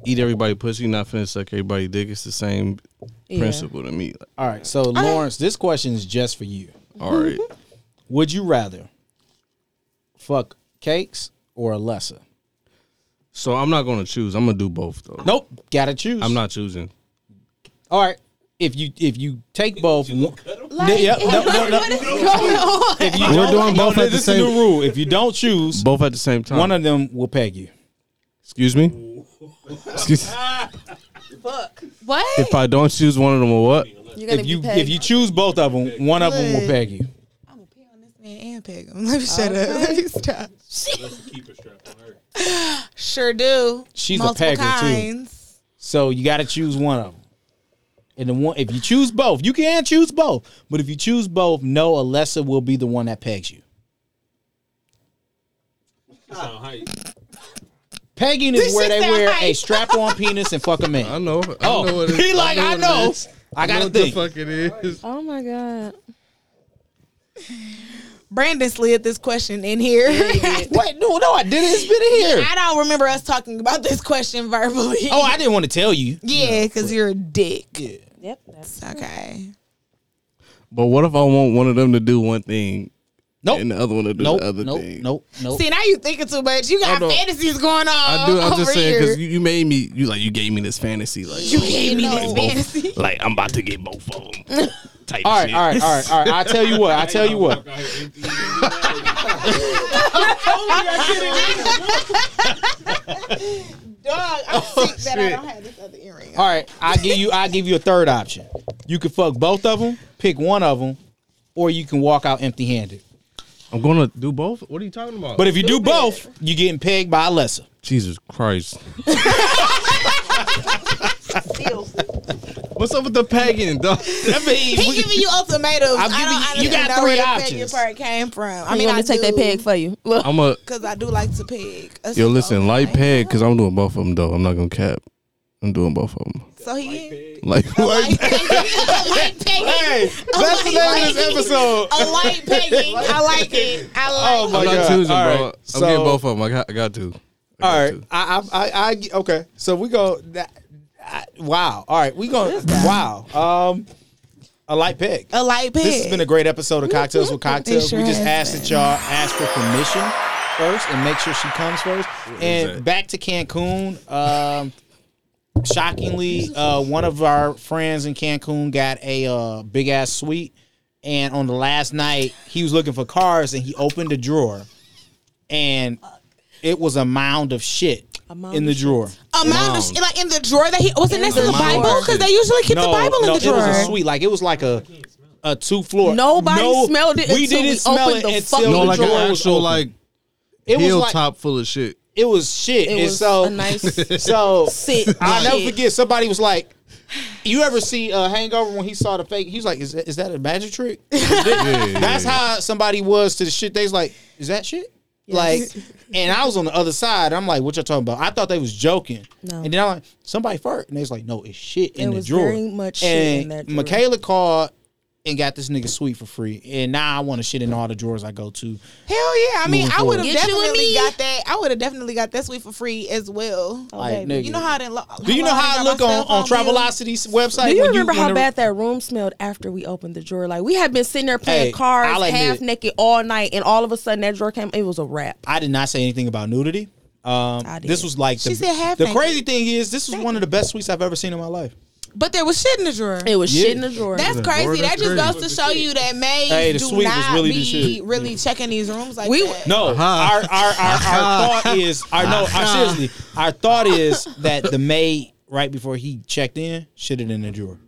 eat everybody pussy, you're not finna suck everybody dick. It's the same principle to me. Like,
All right. So Lawrence, this question is just for you.
all right,
Mm-hmm.
Would you rather fuck cakes or a lesser?
so I'm not gonna choose. I'm gonna do both though.
Nope. Gotta choose.
I'm not choosing.
All right. If you if you take both, one-
Like,
yeah, no, no, no. If you
We're
don't-
doing both
no,
at the
this is
same-
new rule. If you don't choose,
Both at the same time.
one of them will peg you.
Excuse me. Excuse.
What?
If I don't choose one of them or what?
You're
If you if you choose both of them, one of them will
Look.
peg you.
I'm gonna pee on this man and peg him. Let me shut up. Let me stop. Sure do.
She's a
Multiple
pegger, too.
kinds.
So you got to choose one of them. And the one, if you choose both, you can choose both. But if you choose both, no, Alessa will be the one that pegs you. Pegging is
This
where
shit
they
sound
wear a
hype.
strap-on penis and fuck a
I
man.
know. I
Oh,
know what it,
he like I
what it
know.
is.
I
know
gotta
what the
think.
fuck it is.
Oh my god.
Brandon slid this question in here.
Wait, no, no, I didn't. It's been in here.
I don't remember us talking about this question verbally.
Oh, I didn't want to tell you.
yeah, because you're a dick.
Yep. That's
Okay.
But what if I want one of them to do one thing
Nope,
and the other one to do
nope,
the other
nope,
thing?
nope, nope.
See, now you thinking too much. You got
Hold on.
fantasies going on.
I do. I'm
over
just saying
here.
because you, you made me. You like you gave me this fantasy. Like
You gave me this
Oh,
Like,
fantasy.
Both, like I'm about to get both of them. Type
All right,
shit.
all right, all right, all right. I tell you what. I tell you what.
Dog, I'm sick that I don't have this other earring.
All right, Oh, I give you. I give you a third option. You can fuck both of them, pick one of them, or you can walk out empty-handed.
I'm gonna do both. What are you talking about?
But if you do both, you getting pegged by a lesser.
Jesus Christ. What's up with the pegging, dog?
I mean,
He
we-
giving you ultimatums.
I'm
I
giving
don't honestly
you- you got
know
three
where the
options.
options. part came from. I
I
mean,
mean,
I
let me take that
do,
peg for you. Look,
I'm a
because I do like to pig. That's
yo.
just
Listen,
all
light
right.
peg because I'm doing both of them though. I'm not gonna cap. I'm doing both of them.
So he
Like
light pegging. A light pegging.
hey, that's the name of this episode.
A light pegging. I like it. I like.
Oh
it.
my
I'm not
God.
choosing,
All
bro.
right,
I'm getting
so-
both of them. I got, I got to. I
All
got
right,
to.
I, I, I, I okay. So we go. That, I, wow. All right, we going. Wow. Um, a light peg.
A light pig.
This has been a great episode of Cocktails with Cocktails.
sure
we just
has
asked that y'all ask for permission first and make sure she comes first.
is
And
that?
back to Cancun. Um, shockingly, uh, one of our friends in Cancun got a uh, big ass suite. And on the last night, he was looking for cars and he opened a drawer. And it was a mound of shit
mound
in the
of shit.
drawer.
amount of
Wow.
shit, like in the drawer that he was it next to the
drawer.
Bible because they usually keep the Bible in
no,
the drawer.
it was a suite. Like it was like a a two floor.
Nobody
No,
smelled it
We
until
didn't
we
smell
opened
it
the
until
fucking
No,
the
like an
drawer was
actual
open.
like
it was like
hilltop full of shit.
it was shit.
it
and
was
so
a nice
so
sit.
I'll never
shit.
forget. Somebody was like, "You ever see uh, Hangover when he saw the fake? He was like, is, that- is that a magic trick?' That's how somebody was to the shit. They was like, "Is that shit?" Like, and I was on the other side. I'm like, "What y'all talking about?" I thought they was joking.
No.
And then I'm like, "Somebody fart," and they was like, "No, it's shit in
It
the
was
drawer."
very much shit
and
in that drawer.
Michaela called and got this nigga sweet for free. And now I want to shit in all the drawers I go to.
Hell yeah! I mean,
Moving
I would have
forward.
Get you and
definitely
me.
got that. I would have definitely got that suite for free as well.
Like, nigga.
You know how I didn't. Lo-
Do you know how I
long I
look
got my
on,
cell
on
phone bill?
Travelocity's website?
Do you
when
remember how
when the-
bad that room smelled after we opened the drawer? Like we had been sitting there playing
Hey, I'll
cards,
admit-
half naked all night, and all of a sudden that drawer came. It was a wrap.
I did not say anything about nudity. Um,
I did.
this was like the,
She said half
the
naked.
crazy thing is this is one of the best suites I've ever seen in my life.
But there was shit in the drawer.
It was
Yeah.
shit in the drawer.
That's crazy.
Lord,
that
that's
just
crazy.
goes to show you that maids
Hey, the
do
suite was
not
really the
be
shit.
really checking these rooms like
We-
that.
No, our our our, our thought is our no our, seriously our thought is that the maid right before he checked in shit it in the drawer.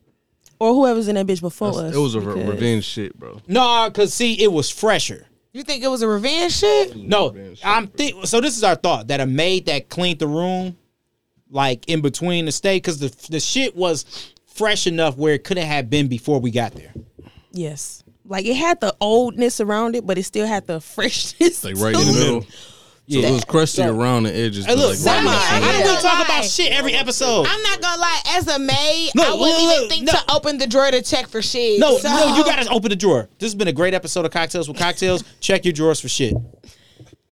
or whoever's in that bitch before us.
It was a re-
because-
revenge shit, bro.
No, cause see it was fresher.
You think it was a revenge shit?
No, I'm think so. This is our thought that a maid that cleaned the room, like in between the stay, because the the shit was fresh enough where it couldn't have been before we got there.
Yes.
Like it had the oldness around it, but it still had the freshness.
Like right in the middle. Yeah. So it was crusty around the edges.
Hey,
but,
look,
like,
why
right
am
in the
I-
center.
I don't really talk
Lie.
about shit every episode.
I'm not gonna lie. As a maid,
No,
I wouldn't
look,
even
look,
think
no.
to open the drawer to check for shit.
No,
So-
no, you gotta open the drawer. This has been a great episode of Cocktails with Cocktails. Check your drawers for shit.